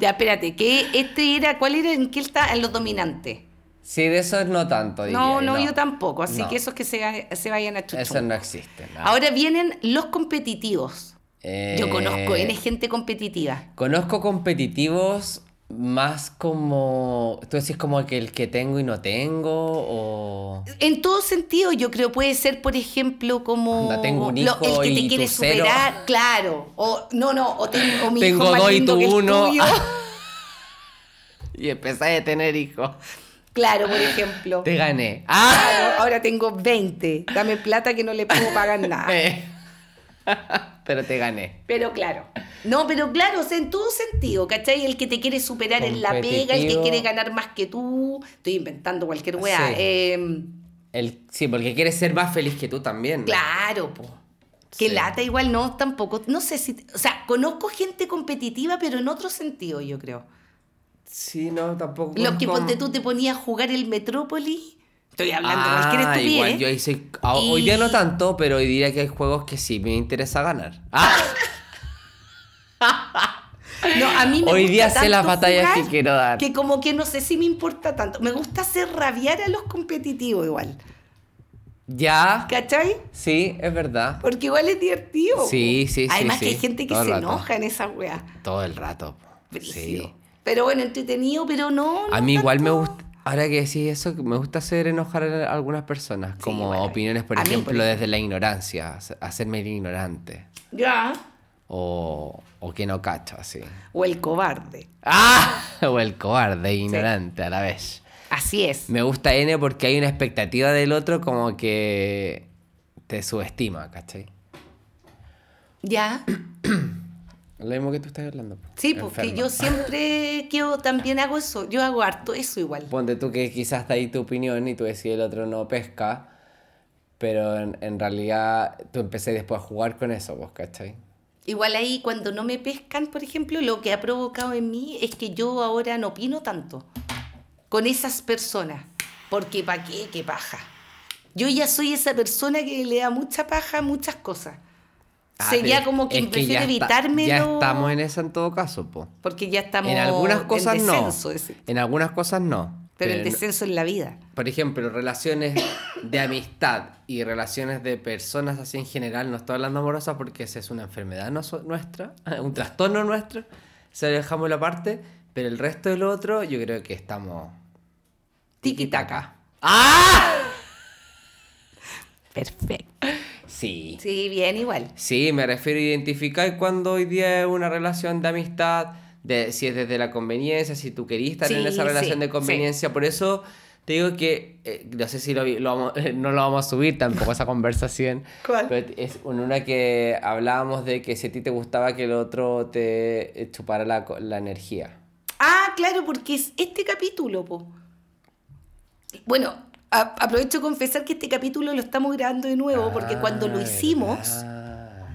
Ya, espérate, ¿qué este era? ¿Cuál era? ¿En qué está? En los dominantes.
sí, de eso no tanto. diría,
No, no, yo tampoco. Así
No.
que esos que se, ga- se vayan a chuchum.
Eso no existe. no.
Ahora vienen los competitivos. Yo
Eh,
conozco N gente competitiva.
Conozco competitivos más como. Tú decís como que el que tengo y no tengo, o.
En todo sentido, yo creo, puede ser, por ejemplo, como
Onda, tengo un hijo
el que
y
te
tú
quiere
cero.
superar, claro. O no, no, o, ten- o mi
tengo
hijo más
dos y
lindo
tú
que el
uno. Ah.
tuyo.
y empecé a tener hijos.
Claro, por ejemplo.
Te gané. ¡Ah!
Claro, ahora tengo 20. Dame plata que no le puedo pagar nada.
Eh. Pero te gané.
Pero claro. No, pero claro, o sea, en todo sentido, ¿cachai? El que te quiere superar en la pega, el que
Competitivo.
quiere ganar más que tú. Estoy inventando cualquier weá.
Sí.
Eh,
El, sí, porque quieres ser más feliz que tú también.
claro, po. Que
Sí.
lata igual no, tampoco. No sé si. O sea, conozco gente competitiva, pero en otro sentido, yo creo.
Sí, no, tampoco.
Los que
conozco-
ponte tú te ponías a jugar el Metrópolis. Estoy hablando
Ah,
cualquier estupidez.
igual, yo ahí soy- ah, Hoy
¿eh? Y-
día no tanto, pero hoy día que hay juegos que sí me interesa ganar. ¡Ah!
No, a mí me
Hoy
gusta
día sé las
tanto
batallas
jugar
que quiero dar.
Que como que no sé si me importa tanto. Me gusta hacer rabiar a los competitivos igual.
Ya.
¿Cachai?
Sí, es verdad.
Porque igual es divertido.
Sí, sí, sí,
Además que
sí.
hay gente que
Todo el
se
rato.
enoja en esa weá.
Todo el rato. po.
Brígido.
Sí.
Pero bueno, entretenido, pero no.
A
no
mí igual me
tanto.
gusta, ahora que decís eso, que me gusta hacer enojar a algunas personas, como
bueno,
opiniones, por
a mí, por
ejemplo,
ejemplo.
desde la ignorancia, hace- hacerme el ignorante,
Ya.
o, o que no cacho, así.
O el cobarde.
¡Ah! O el cobarde, ignorante a la vez.
Así es.
Me gusta N porque hay una expectativa del otro como que te subestima, ¿cachai?
Ya.
Lo mismo que tú estás hablando. pues. po.
Sí, porque
Enfermo.
yo siempre que yo también hago eso. Yo hago harto eso igual.
Ponte tú que quizás está ahí tu opinión y tú decís el otro no pesca, pero en, en realidad tú empecé después a jugar con eso, vos, ¿cachai?
Igual ahí cuando no me pescan, por ejemplo, lo que ha provocado en mí es que yo ahora no opino tanto con esas personas. Porque ¿para qué? ¡Qué paja! Yo ya soy esa persona que le da mucha paja a muchas cosas.
Ah,
Sería
pero
como que
es
prefiero
ya está-
evitarme
ya estamos en esa en todo caso, po.
Porque ya estamos
En algunas cosas
en descenso,
no.
ese.
En algunas cosas no.
Pero el
Pero no-
descenso en la vida.
Por ejemplo, relaciones de amistad y relaciones de personas así en general, no estoy hablando amorosas porque esa es una enfermedad noso- nuestra, un trastorno nuestro, se lo dejamos la parte, pero el resto del otro yo creo que estamos...
Tiki-taka.
¡Ah!
Perfecto.
Sí.
Sí, bien igual.
Sí, me refiero a identificar cuando hoy día es una relación de amistad, de, si es desde la conveniencia, si tú querías estar en
Sí,
esa relación
sí,
de conveniencia. Por eso te digo que, eh, no sé si lo, vi- lo vamos- no lo vamos a subir tampoco esa conversación,
¿Cuál?
pero es en una que hablábamos de que si a ti te gustaba que el otro te eh, chupara la, co- la energía.
Ah, claro, porque es este capítulo, po. Bueno, a- aprovecho de confesar que este capítulo lo estamos grabando de nuevo, porque cuando lo
Ah,
hicimos,
verdad.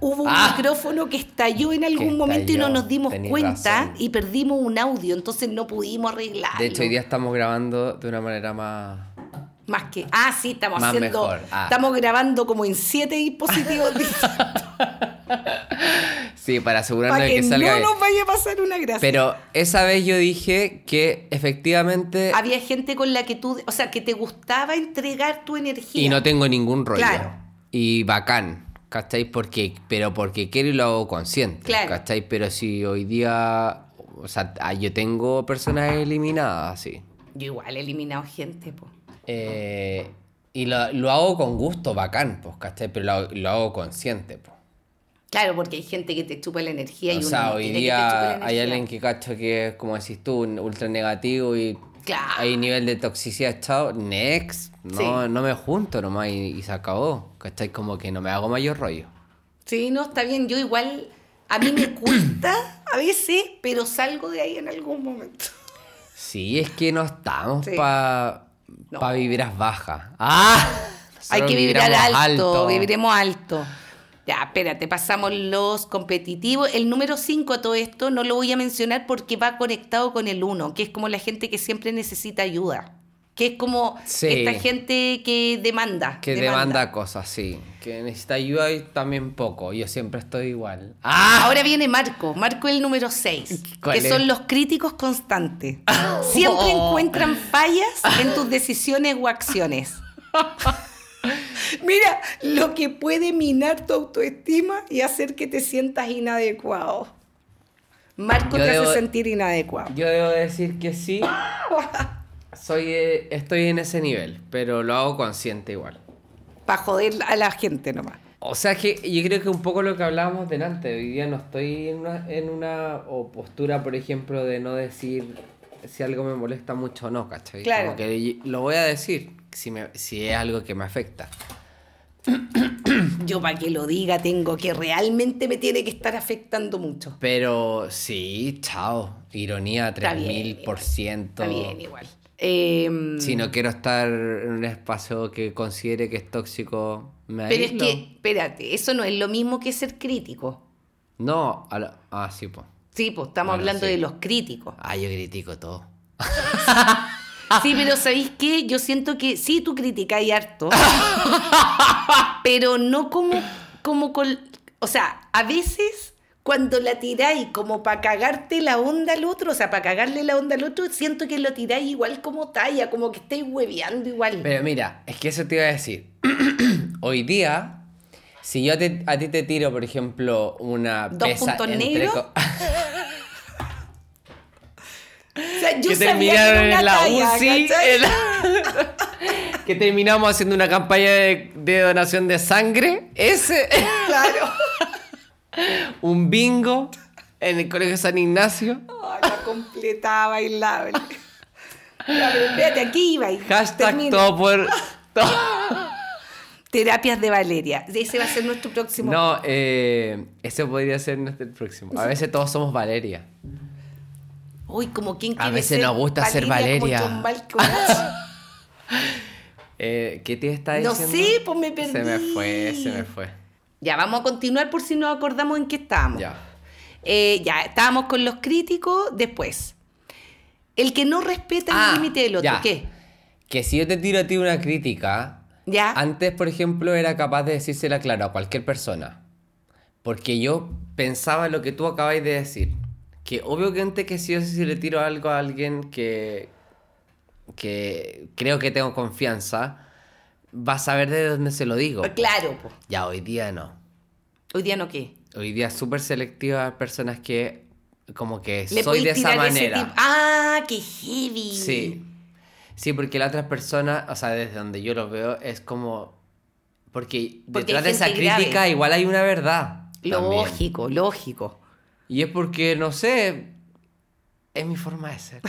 hubo un
Ah.
micrófono que estalló en algún momento y no
estalló.
nos dimos
Tenés
cuenta
razón.
y perdimos un audio, entonces no pudimos arreglarlo.
De hecho, hoy día estamos grabando de una manera más...
Más que. Ah, sí, estamos
Más
haciendo.
mejor, ah.
Estamos grabando como en siete dispositivos distintos
Sí, para asegurarnos
para
de
que,
que
no
salga bien.
nos vaya a pasar una gracia.
Pero esa vez yo dije que efectivamente...
Había gente con la que tú. O sea, que te gustaba entregar tu energía.
Y no tengo ningún rollo.
Claro.
Y bacán, ¿cachai? Porque, pero porque quiero y lo hago consciente,
Claro.
¿cachai? Pero si hoy día, o sea, ah, yo tengo personas eliminadas, así.
Yo igual he eliminado gente, po.
Eh, y lo, lo hago con gusto, bacán, pues, ¿cachai? Pero lo, lo hago consciente, pues.
Claro, porque hay gente que te chupa la energía y
O
uno
sea,
no
hoy
quiere que te chupe la
día
energía.
hay alguien que cacho que es, como decís tú, un ultra negativo y
Claro.
hay nivel de toxicidad, chao, next, no,
Sí.
no me junto nomás y, y se acabó, ¿cachai? Como que no me hago mayor rollo.
Sí, no, está bien. Yo igual. A mí me cuesta a veces, pero salgo de ahí en algún momento.
Sí, es que no estamos
Sí.
para
No.
pa vibras bajas. ¡Ah!
Hay
Nosotros
que vibrar alto,
vibramos
vibremos alto. Ya, espérate, pasamos los competitivos. El número 5 a todo esto no lo voy a mencionar porque va conectado con el 1, que es como la gente que siempre necesita ayuda. Que es como
Sí.
esta gente que demanda.
Que demanda cosas, sí. Que necesita ayuda y también poco. Yo siempre estoy igual. ¡Ah!
Ahora viene Marco, Marco el número 6,
¿Cuál
que
es? Ah. Oh.
son los críticos constantes. Siempre encuentran fallas en tus decisiones o acciones. Mira, lo que puede minar tu autoestima y hacer que te sientas inadecuado. Marco
Yo
te
debo-
hace sentir inadecuado.
Yo debo decir que sí. Soy, eh, estoy en ese nivel, pero lo hago consciente igual.
Para joder a la gente nomás.
O sea que yo creo que un poco lo que hablábamos delante, hoy día no estoy en una, en una o postura, por ejemplo, de no decir si algo me molesta mucho o no, ¿cachai?
Claro.
Como que y- lo voy a decir si, me- si es algo que me afecta.
Yo para que lo diga tengo que realmente me tiene que estar afectando mucho.
Pero sí, chao. Ironía
Está bien,
3000%.
Está bien, igual. Em,
Si no quiero estar en un espacio que considere que es tóxico, me
Pero es
aíslo.
que, espérate, eso no es lo mismo que ser crítico.
No, a la- ah, sí, pues.
Sí, pues estamos
Bueno,
hablando
sí.
de los críticos.
Ah, yo critico todo.
Sí, pero ¿sabéis qué? Yo siento que sí, tú criticáis harto, pero no como, como con... O sea, a veces cuando la tiráis como para cagarte la onda al otro, o sea, para cagarle la onda al otro, siento que lo tiráis igual como talla, como que estáis hueveando igual.
Pero mira, es que eso te iba a decir. Hoy día, si yo te- a ti te tiro, por ejemplo, una
¿Dos
pesa
puntos
entre
negros?
co-
o sea, yo
que
sabía que
terminaron
era una
en la
talla,
UCI,
¿cachai?
en la- que terminamos haciendo una campaña de, de donación de sangre, ese,
Claro.
un bingo en el Colegio San Ignacio.
Ay, la completaba bailable. Ya, pero espérate, aquí iba. y
Hashtag
termina.
todo por... todo-
Terapias de Valeria. Ese va a ser nuestro próximo.
No, eh, ese podría ser nuestro próximo. A veces todos somos Valeria.
Uy, como quien
A
quiere
veces
ser
nos gusta ser Valeria.
como John Malkovich.
Eh, ¿Qué te está
No
diciendo?
sé, pues me
Se me
perdí.
fue, se me fue.
ya, vamos a continuar por si nos acordamos en qué estábamos.
Ya.
Eh, ya, estábamos con los críticos después. El que no respeta
Ah,
el límite del otro.
ya.
¿Qué?
Que si yo te tiro a ti una crítica,
Ya.
antes, por ejemplo, era capaz de decírsela claro a cualquier persona. Porque yo pensaba lo que tú acabáis de decir. Que obviamente que si yo si le tiro algo a alguien que, que creo que tengo confianza, va a saber de dónde se lo digo.
Claro, po.
Ya, hoy día no.
hoy día no qué.
Hoy día es súper selectiva a personas que como que
Le
soy
podéis
de esa
tirar ese
manera.
tip- Ah, qué heavy.
Sí. Sí, porque la otra persona, o sea, desde donde yo lo veo, es como. Porque,
Porque hay
detrás de esa
gente grave.
crítica igual hay una verdad. también.
Lógico, lógico.
Y es porque, no sé. Es mi forma de ser.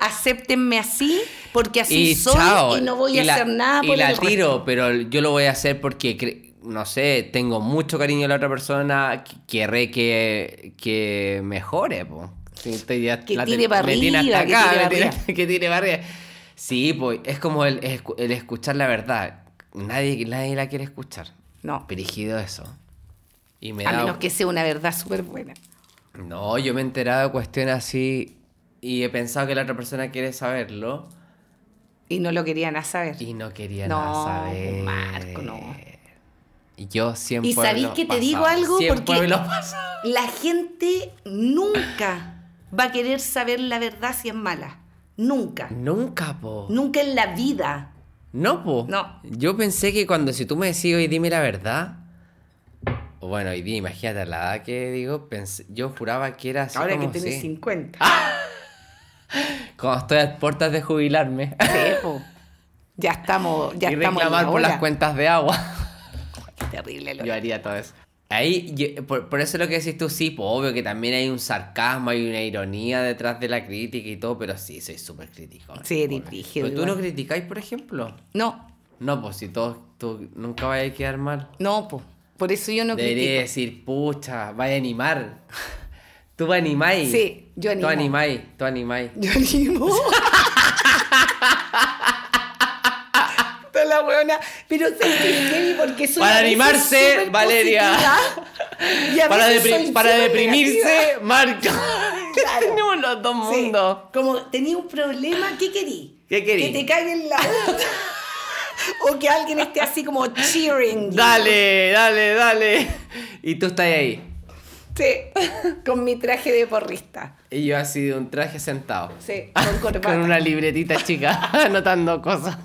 Acéptenme así, porque así
y
soy
chao.
y no voy a
la-
hacer nada
Y
por
la
el resto.
tiro, pero yo lo voy a hacer porque, cre- no sé, tengo mucho cariño a la otra persona. qu- Querré que, que mejore, po. Sí, te- ya-
Que
la te-
tire pa'
me tiene hasta
arriba, que
acá,
tire
me
pa'
tiene-
arriba.
que tire pa' arriba. Sí, pues, es como el, escu- el escuchar la verdad. Nadie, nadie la quiere escuchar.
No,
Perigido eso. Y me
a
da-
menos que sea una verdad súper buena.
no, yo me he enterado de cuestiones así y he pensado que la otra persona quiere saberlo
Y no lo querían a saber.
y no quería
No,
nada saber.
Marco, no.
Y yo siempre.
¿Y sabéis que te digo algo? Porque la gente nunca va a querer saber la verdad si es mala. Nunca.
Nunca, po.
Nunca en la vida.
No, po.
No.
Yo pensé que cuando si tú me decís hoy dime la verdad. o Bueno, hoy día, imagínate a la edad que digo, pensé- yo juraba que era así.
Ahora que
como,
tienes
sí, Ah.
50.
Cuando estoy a puertas de jubilarme.
Sí, po. Ya estamos, ya
y
estamos en
reclamar
la
por las
hora.
cuentas de agua.
Qué terrible lo
Yo
que-
haría todo eso. Ahí, yo- por, por eso lo que decís tú, sí, pues, obvio que también hay un sarcasmo, hay una ironía detrás de la crítica y todo, pero sí, soy súper crítico.
Sí, eres
Obvio.
brígido
Pero tú
igual.
no criticáis, por ejemplo.
No,
No, pues si todos, tú nunca vayas a quedar mal.
no, po. Por eso yo no
Debería
critico.
decir, pucha, vaya a animar. Tú animáis.
Sí, yo animo.
Tú animáis, tú animáis.
Yo animo. Puta la weona. Pero sé que es heavy porque soy
Para
a veces
animarse,
súper
Valeria.
positiva y a
Para,
veces
depri-
soy
para
súper negativa.
deprimirse, Marco.
Claro.
Tenemos los dos
Sí.
mundos.
Como tenía un problema, ¿qué querí?
¿Qué querí?
Que te caguen la O que alguien esté así como cheering. you.
Dale, dale, dale. Y tú estás ahí.
Sí, con mi traje de porrista.
Y yo así de un traje sentado.
Sí, con corbata.
Con una libretita chica, anotando cosas.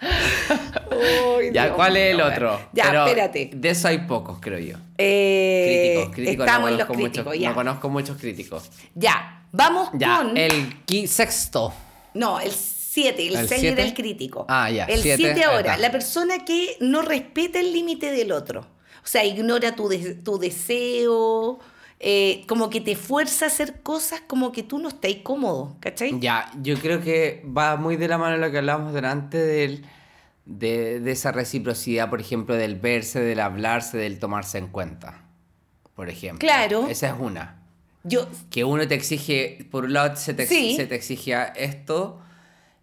Ay,
Ya,
Dios
¿cuál es el
mío,
otro?
weón. Ya,
Pero
espérate.
De eso hay pocos, creo yo.
Eh,
Críticos, críticos. no
Estamos en los
conozco
críticos,
muchos,
ya.
No conozco muchos críticos.
Ya, vamos
Ya,
con...
el qui- sexto.
No, el 7, el 6
¿El siete?
era el crítico.
Ah, ya,
El
siete,
7
ahí
ahora,
está.
la persona que no respeta el límite del otro. O sea, ignora tu, de- tu deseo, eh, como que te fuerza a hacer cosas como que tú no estás cómodo, ¿cachai?
Ya, yo creo que va muy de la mano lo que hablábamos delante del, de, de esa reciprocidad, por ejemplo, del verse, del hablarse, del tomarse en cuenta. Por ejemplo.
Claro.
Esa es una.
Yo,
que uno te exige, por un lado se te, ex-
Sí.
se te exigía esto,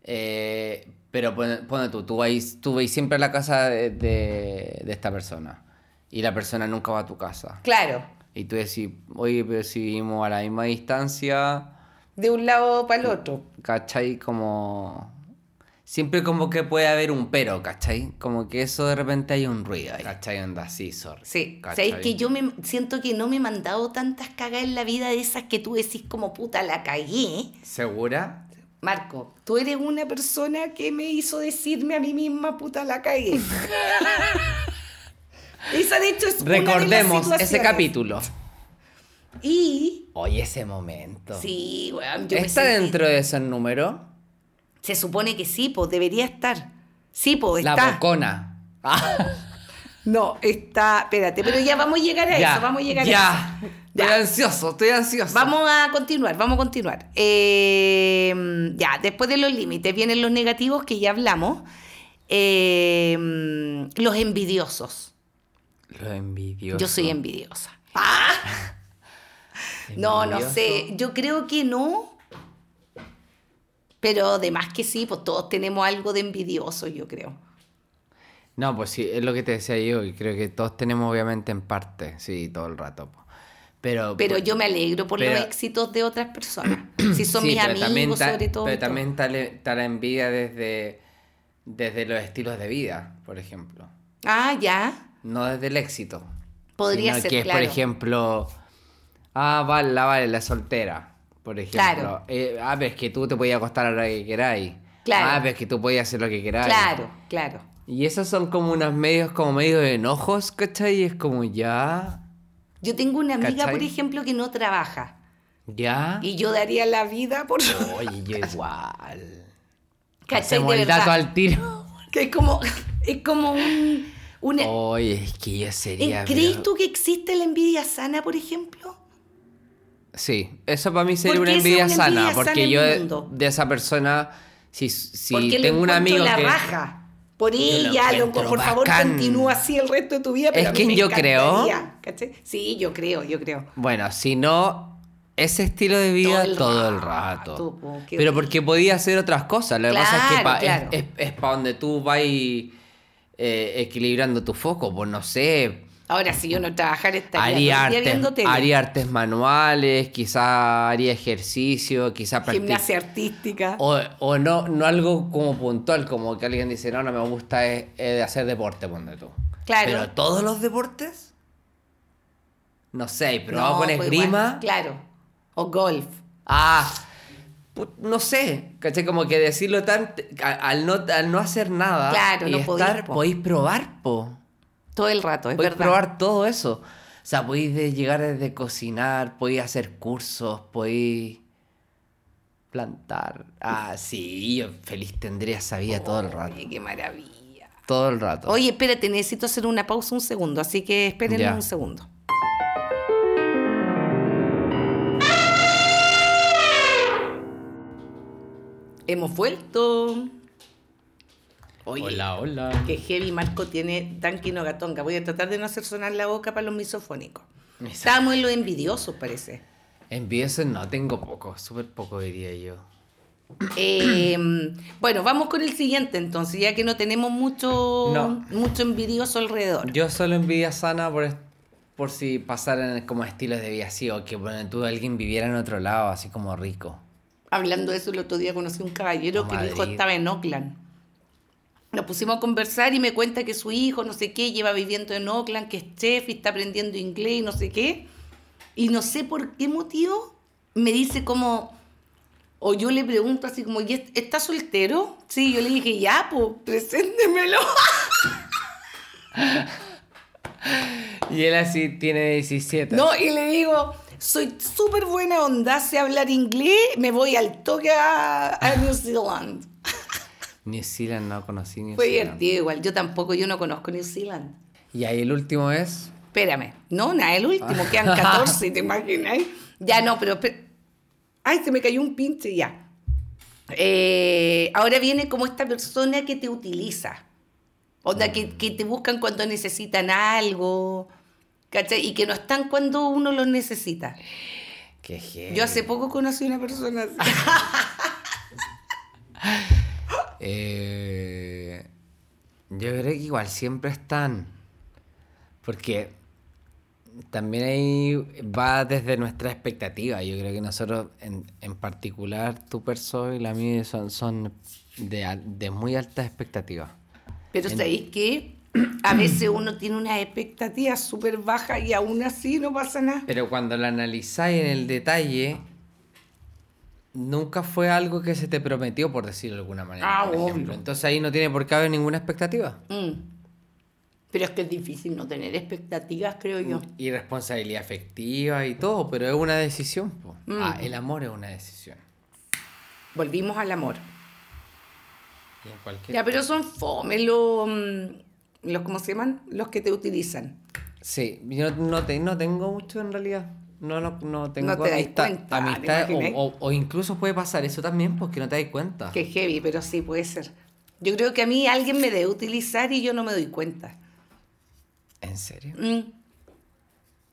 eh, pero pone, pone tú, tú, vais, tú vais siempre a la casa de, de- de esta persona y la persona nunca va a tu casa.
claro,
Y tú decís, oye, pero si vivimos a la misma distancia,
de un lado
Mm.
para el otro.
¿cachai? Como... Siempre como que puede haber un pero, ¿cachai? Como que eso de repente hay un ruido ahí. ¿Cachai? Onda, sí, sorry.
Sí, o sea,
¿cachai?
es que yo me siento que no me he mandado tantas cagas en la vida de esas que tú decís como puta la cagué.
¿Segura?
Marco, tú eres una persona que me hizo decirme a mí misma puta la cagué. Esa de hecho es una de las
Recordemos ese
situaciones.
capítulo.
Y
Oye, ese momento.
sí, weón, yo me
¿Está
sentí-
dentro de esos números?
Se supone que sí, pues debería estar. Sí, pues está.
La bocona. Ah,
No, está, espérate, pero ya vamos a llegar a eso, vamos a llegar a eso.
ya.
Ya.
Estoy ansioso, estoy ansioso.
Vamos a continuar, vamos a continuar. Eh, ya, después de los límites vienen los negativos que ya hablamos. Eh, los envidiosos.
Lo envidioso.
Yo soy em- envidiosa. ¡Ah! No, no sé. Yo creo que no. Pero además que sí, pues todos tenemos algo de envidioso, yo creo.
No, pues sí, es lo que te decía yo. Y creo que todos tenemos, obviamente, en parte. Sí, todo el rato. po. Pero, pues,
Pero yo me alegro por los
Pero-
éxitos de otras personas. Si son
Sí,
mis
pero también
amigos,
ta-
sobre todo. y
Pero
todo.
también está, le- está la envidia desde, desde los estilos de vida, por ejemplo.
Ah, ya.
No desde el éxito.
Podría
sino
ser,
que es,
claro.
por ejemplo, ah, vale, la vale, la soltera. Por ejemplo,
Claro.
eh, ah, pero es que tú te podías acostar a la que queráis.
Claro.
Ah, pero es que tú podías hacer lo que queráis.
Claro, claro.
Y esos son como unos medios, como medios de enojos, ¿cachai? Y es como ya,
Yo tengo una amiga,
¿Cachai?
por ejemplo, que no trabaja.
ya.
Y yo daría la vida por...
Oye, yo igual.
¿Cachai?
Hacemos
De
el dato
verdad.
al tiro.
Que es como, es como un... Una...
Oye, es que yo sería...
¿En- ¿Crees
pero-
tú que existe la envidia sana, por ejemplo?
Sí, eso para mí sería
Porque
una
esa es
envidia,
una
sana,
envidia sana
porque
en
yo
el
de-
mundo.
de esa persona, si, si
Porque
tengo
lo
un amigo
la
que...
raja. Por
lo
ella, lo-
encuentro
por favor,
bacán.
continúa así el resto de tu vida. Pero
Es
a mí
quien
me
yo creo.
encantaría, ¿cachai? Sí, yo creo, yo creo.
Bueno, si no, ese estilo de vida todo el, rato.
rato, po, qué
Pero
rico.
porque podía hacer otras cosas. Lo que pasa es que
Claro,
pa-
claro.
es, para donde tú vas eh, equilibrando tu foco. Pues no sé,
Ahora, si yo no trabajara, estaría todo el día
haría artes,
viendo tele.
haría artes manuales, quizá haría ejercicio, quizá practic-
gimnasia artística.
O, o no, no algo como puntual, como que alguien dice, no, no me gusta eh, eh, hacer deporte, ponte tú.
Claro.
Pero todos los deportes, no sé, pero vamos a
No,
poner
pues
esgrima.
igual, Claro. O golf.
Ah, pu- no sé, ¿cachai? Como que decirlo tan. a- Al no, al no hacer nada
Claro,
y
no podís,
estar,
po.
podéis probar, po.
Todo el rato, es
Podéis
verdad.
probar todo eso. O sea, podéis de- llegar desde cocinar, podéis hacer cursos, podéis plantar. Ah, sí, yo feliz tendría esa vida todo el rato.
Oye, qué maravilla.
Todo el rato.
Oye, espérate, necesito hacer una pausa un segundo, así que espérenme
Ya.
un segundo. Hemos vuelto. Oye,
Hola, hola.
qué heavy Marco tiene tanque no gatonga. Voy a tratar de no hacer sonar la boca para los misofónicos. Estábamos en los envidiosos, parece.
Empiezo, no, tengo poco, súper poco diría yo.
Eh, bueno, vamos con el siguiente entonces, ya que no tenemos mucho,
No.
mucho envidioso alrededor.
Yo solo envidia sana por, est- por si pasaran como estilos de vida así o que bueno, tú alguien viviera en otro lado, así como rico.
Hablando de eso, el otro día conocí a un caballero
A
que el hijo
Madrid.
estaba en Oakland. Nos pusimos a conversar y me cuenta que su hijo, no sé qué, lleva viviendo en Oakland, que es chef y está aprendiendo inglés y no sé qué. Y no sé por qué motivo me dice como, o yo le pregunto así como, "¿Y est- ¿está soltero? Sí, yo le dije, ya, pues, preséntemelo.
Y él así tiene 17.
No, y le digo, soy súper buena onda, sé hablar inglés, me voy al toque a, a New Zealand.
New Zealand no conocí New
Fue
Zealand.
divertido igual, yo tampoco, yo no conozco New Zealand.
Y ahí el último es.
Espérame, no, nada, el último, quedan 14, ¿te imaginas? Ya no, pero... espe- Ay, se me cayó un pinche ya. Eh, ahora viene como esta persona que te utiliza. Onda, que, que te buscan cuando necesitan algo, ¿cachai? Y que no están cuando uno los necesita.
Qué heavy.
Yo hace poco conocí una persona así.
Eh, yo creo que igual siempre están. Porque también ahí va desde nuestra expectativa. Yo creo que nosotros, en, en particular, tu perso y la mía son, son de, al- de muy altas expectativas.
Pero sabéis que a veces uno tiene unas expectativas súper bajas y aún así no pasa nada.
Pero cuando la analizáis en el detalle, nunca fue algo que se te prometió, por decirlo de alguna manera.
Ah,
por ejemplo.
obvio.
Entonces ahí no tiene por qué haber ninguna expectativa.
Mm. Pero es que es difícil no tener expectativas, creo yo.
Y responsabilidad afectiva y todo, pero es una decisión. po.
Mm.
Ah, el amor es una decisión.
Volvimos al amor.
Y en cualquier-
Ya, pero son fome los, mm, los ¿cómo se llaman? Los que te utilizan.
Sí, yo no, te- no tengo mucho en realidad. No, no, no tengo
No te dais
amistad-
cuenta, ¿te
amistades,
imaginas?
o, o- o incluso puede pasar eso también porque no te das cuenta.
Que heavy, pero sí, puede ser. Yo creo que a mí alguien me debe utilizar y yo no me doy cuenta.
¿En serio?
Mm.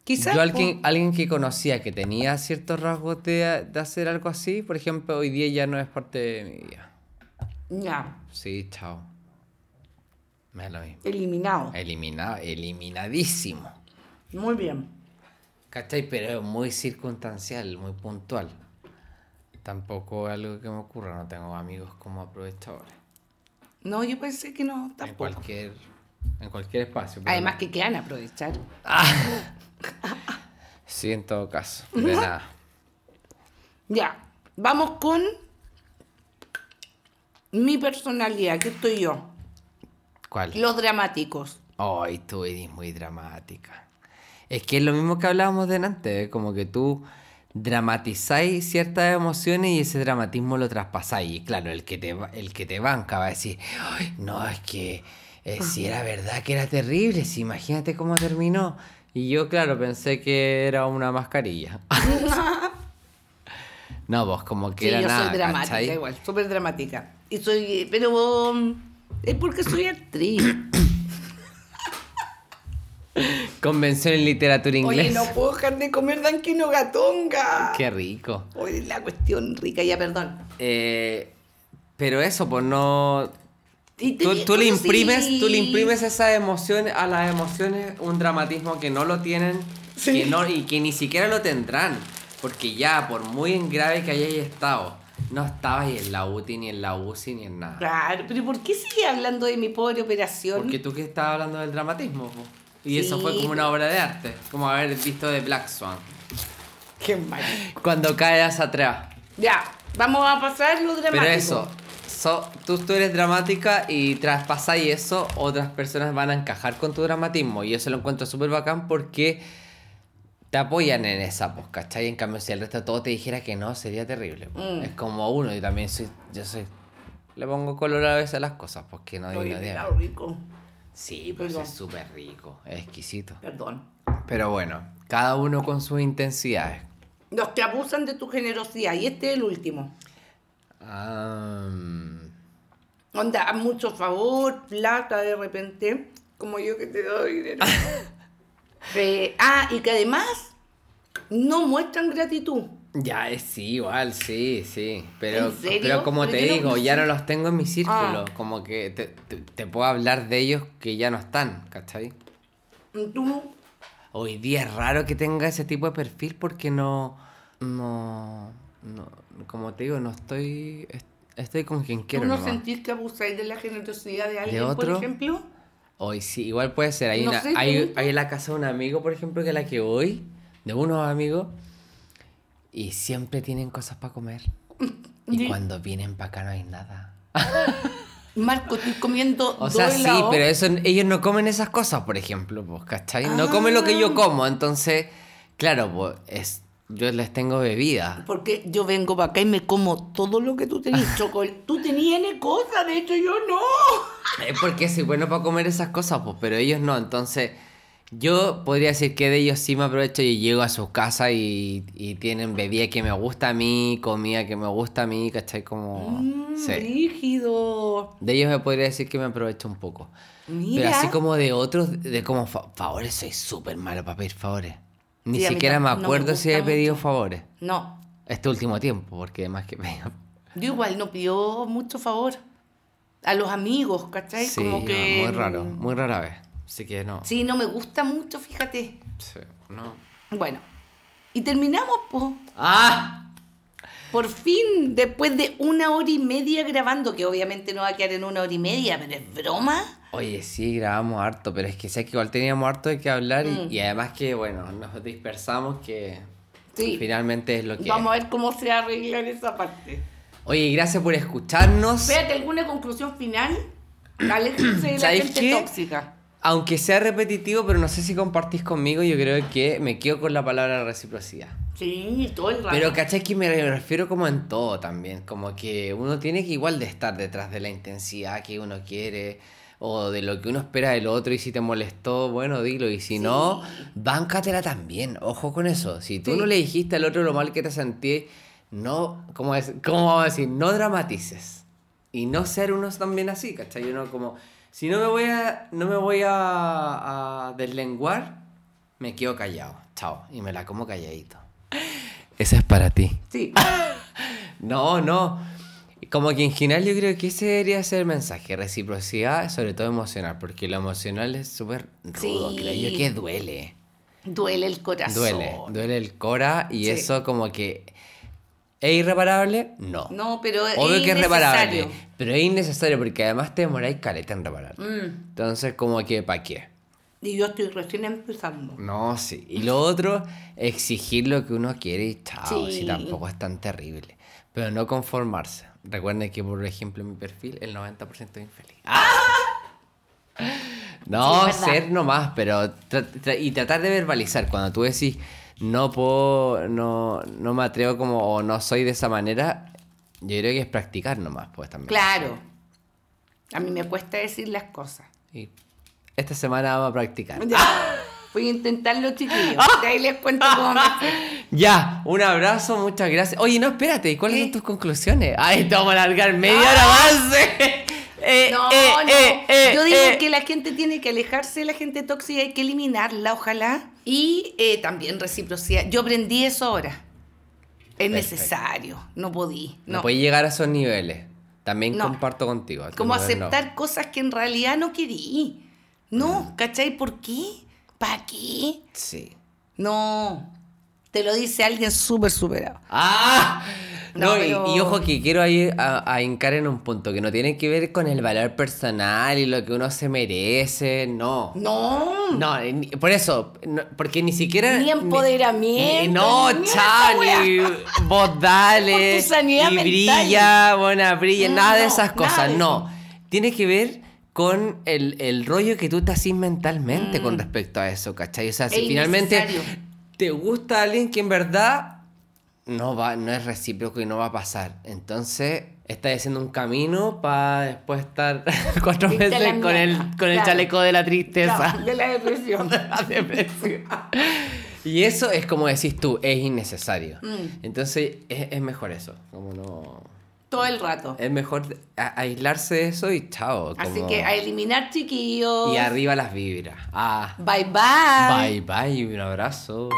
Quizás.
Yo
po.
alguien, alguien que conocía que tenía ciertos rasgos de, de hacer algo así, por ejemplo, hoy día ya no es parte de mi vida.
Ya,
Sí, chao. Me da lo mismo.
eliminado.
Eh. Eliminado, eliminadísimo.
Muy bien.
¿Cachai? Pero es muy circunstancial, muy puntual. Tampoco es algo que me ocurra, no tengo amigos como aprovechadores.
No, yo pensé que no,
En
tampoco.
cualquier, en cualquier espacio. pero
Además
no.
que quedan a aprovechar.
Sí, en todo caso. De nada.
Ya, vamos con mi personalidad, que estoy yo.
¿Cuál?
Los dramáticos.
Ay, tú eres muy dramática. Es que es lo mismo que hablábamos delante, ¿eh? como que tú dramatizáis ciertas emociones y ese dramatismo lo traspasáis. Y claro, el que te, ba- el que te banca va a decir, "Ay, no, es que eh, si era verdad que era terrible, si imagínate cómo terminó. Y yo, claro, pensé que era una mascarilla. no, vos como que
Sí,
era
yo
nada,
soy dramática
¿cachai?
igual, súper dramática. Y soy, pero um, es porque soy actriz.
Convención en literatura
Oye,
inglesa.
no puedo dejar de comer danquino gatonga.
Qué rico.
Oye, la cuestión rica, ya perdón.
Eh, pero eso, pues no.
Y te
Tú,
digo,
tú le
sí.
imprimes, tú le imprimes esas emociones a las emociones un dramatismo que no lo tienen que no, y que ni siquiera lo tendrán. Porque ya, por muy en grave que hayáis estado, no estabas en la UTI, ni en la UCI, ni en nada.
Claro, pero ¿por qué sigue hablando de mi pobre operación?
Porque tú que estabas hablando del dramatismo, po. y eso
Sí,
fue como
po.
una obra de arte, como haber visto de Black Swan.
Qué mal.
Cuando caes atrás.
Ya, vamos a pasar lo dramático.
Pero eso, so- tú, tú eres dramática y traspasáis eso, otras personas van a encajar con tu dramatismo. Y eso lo encuentro súper bacán porque te apoyan en esa, pues, ¿cachai? En cambio, si el resto de todo te dijera que no, sería terrible. pues.
Mm.
Es como uno, y también soy, yo soy, le pongo color a veces a las cosas, porque no digo
Oye,
nada.
pelado rico.
Sí, pues
Perdón.
es súper rico, es exquisito.
Perdón.
Pero bueno, cada uno con sus intensidades.
Los que abusan de tu generosidad. Y este es el último.
Ah,
Onda, a mucho favor, plata de repente. Como yo que te doy dinero. Eh, ah, y que además no muestran gratitud.
Ya, es sí, igual, sí, sí. Pero,
¿En serio?
pero como
Pero
te
yo no-
digo, ya no los tengo en mi círculo.
Ah.
Como que te, te- te puedo hablar de ellos que ya no están, ¿cachai?
Tú,
Hoy día es raro que tenga ese tipo de perfil porque no. No. no como te digo, no estoy. est- Estoy con quien
¿tú
quiero.
no
nomás.
sentís que abusáis de la generosidad de alguien,
otro?
por ejemplo?
Hoy sí, igual puede ser. Hay,
No
una-
sé,
hay,
pregunta.
hay en la casa de un amigo, por ejemplo, que es la que voy, de unos amigos, y siempre tienen cosas para comer. Y
Sí.
cuando vienen para acá no hay nada.
Marco, estoy comiendo
O sea,
dos
sí,
helados.
pero eso, ellos no comen esas cosas, por ejemplo, pues, ¿cachai? No comen lo que yo como, entonces, claro, pues, es, yo les tengo bebida.
Porque yo vengo para acá y me como todo lo que tú tenías. Chocolate. Tú tenías N cosas, de hecho yo no.
Es porque soy bueno para comer esas cosas, pues, pero ellos no. Entonces, yo podría decir que de ellos sí me aprovecho y llego a sus casas y, y tienen bebida que me gusta a mí, comida que me gusta a mí, ¿cachai? Como...
Mm,
sí.
Rígido.
De ellos me podría decir que me aprovecho un poco.
Mira.
Pero así como de otros, de como fa- favores, soy súper malo para pedir favores. Ni
Sí, a mí
siquiera me
tam- no me
acuerdo si
gusta
he pedido favores.
No,
Este último tiempo, porque más que pedido.
yo igual no pido mucho favor. A los amigos, ¿cachai?
Sí,
como que... mm.
muy raro, muy rara vez. Así que no.
Sí, no me gusta mucho, fíjate.
Sí, no.
Bueno. Y terminamos, po.
¡Ah!
Por fin, después de una hora y media grabando, que obviamente no va a quedar en una hora y media, pero es broma.
Oye, sí, grabamos harto, pero es que sé que igual teníamos harto de qué hablar y,
Mm.
y además que, bueno, nos dispersamos que
Sí.
finalmente es lo que...
Vamos a ver cómo se arregla en esa parte.
Oye, gracias por escucharnos.
Espérate, ¿alguna conclusión final? Aléjense de la
¿Sabes
gente
qué?
tóxica.
Aunque sea repetitivo, pero no sé si compartís conmigo, yo creo que me quedo con la palabra reciprocidad.
Sí, todo el rato.
Pero cachai que me refiero como en todo también, como que uno tiene que igual de estar detrás de la intensidad que uno quiere o de lo que uno espera del otro y si te molestó, bueno, dilo y si no, báncatela también, ojo con eso, si tú no le dijiste al otro lo mal que te sentí, no, ¿cómo, es, cómo vamos a decir? No dramatices y no ser unos también así, ¿cachai? Uno como, si no me voy a, no me voy a, a deslenguar, me quedo callado, chao, y me la como calladito. Esa es para ti.
Sí.
No, no. Como que en general yo creo que ese debería ser el mensaje, reciprocidad, sobre todo emocional, porque lo emocional es súper rudo,
Sí.
creo yo que duele.
Duele el corazón.
Duele, duele el cora y
Sí.
eso como que... ¿Es irreparable? No.
No, pero es
Obvio que es reparable,
innecesario. Mm.
pero es innecesario porque además te demoráis caleta en reparar. Entonces como que, ¿para qué?
Y yo estoy recién empezando.
No, sí. Y lo otro, exigir lo que uno quiere y chao, si
Sí.
tampoco es tan terrible. Pero no conformarse. Recuerden que, por ejemplo, en mi perfil, el 90% es infeliz. No,
Sí, es verdad.
ser nomás, pero tra- tra- y tratar de verbalizar. Cuando tú decís, no puedo, no, no me atrevo como, o no soy de esa manera, yo creo que es practicar nomás, pues también.
Claro. A mí me cuesta decir las cosas.
Y esta semana vamos a practicar.
Ya. Ah. Voy a intentarlo, chiquillos. De ahí les cuento cómo me fue.
Ya, un abrazo, muchas gracias. Oye, no, espérate, ¿y ¿cuáles son tus conclusiones? Ay, te vamos a largar media hora más. Eh,
¡Ah! No,
eh,
no.
eh, eh,
Yo digo
eh.
que la gente tiene que alejarse de la gente tóxica, hay que eliminarla, ojalá. Y eh, también reciprocidad. Yo aprendí eso ahora. Es
Perfecto.
necesario. No podí.
No
No.
puedes llegar a esos niveles. También
No.
comparto contigo.
Como
No, no.
aceptar cosas que en realidad no querí. No, ¿cachai? ¿Por qué? ¿Para qué?
Sí.
No. Te lo dice alguien súper superado.
¡Ah!
No,
No, y-
pero-
y, ojo que quiero ahí a, a hincar en un punto que no tiene que ver con el valor personal y lo que uno se merece, no.
No.
No, eh, ni- por eso, no, porque ni siquiera.
Ni empoderamiento,
ni- Eh, no,
ni esa
Charlie. Vos dale.
Por tu sanidad
y
mental.
brilla, buena, brilla.
No,
nada de
no,
esas
nada
cosas,
de
no. Tiene que ver con el, el rollo que tú te haces mentalmente
Mm.
con respecto a eso, ¿cachai? O sea, si
Es
finalmente
innecesario.
te gusta alguien que en verdad no va, no es recíproco y no va a pasar. Entonces, estás haciendo un camino para después estar cuatro
Irte a la
meses con el,
mierda,
con el
claro.
chaleco de la tristeza.
De la depresión.
Y eso es como decís tú, es innecesario.
Mm.
Entonces es, es mejor eso. Como no.
Todo el rato.
Es mejor a- aislarse de eso y chao.
Así
Eh, como-
que a eliminar chiquillos.
Y arriba las vibras. Ah.
Bye bye.
Bye bye, un abrazo.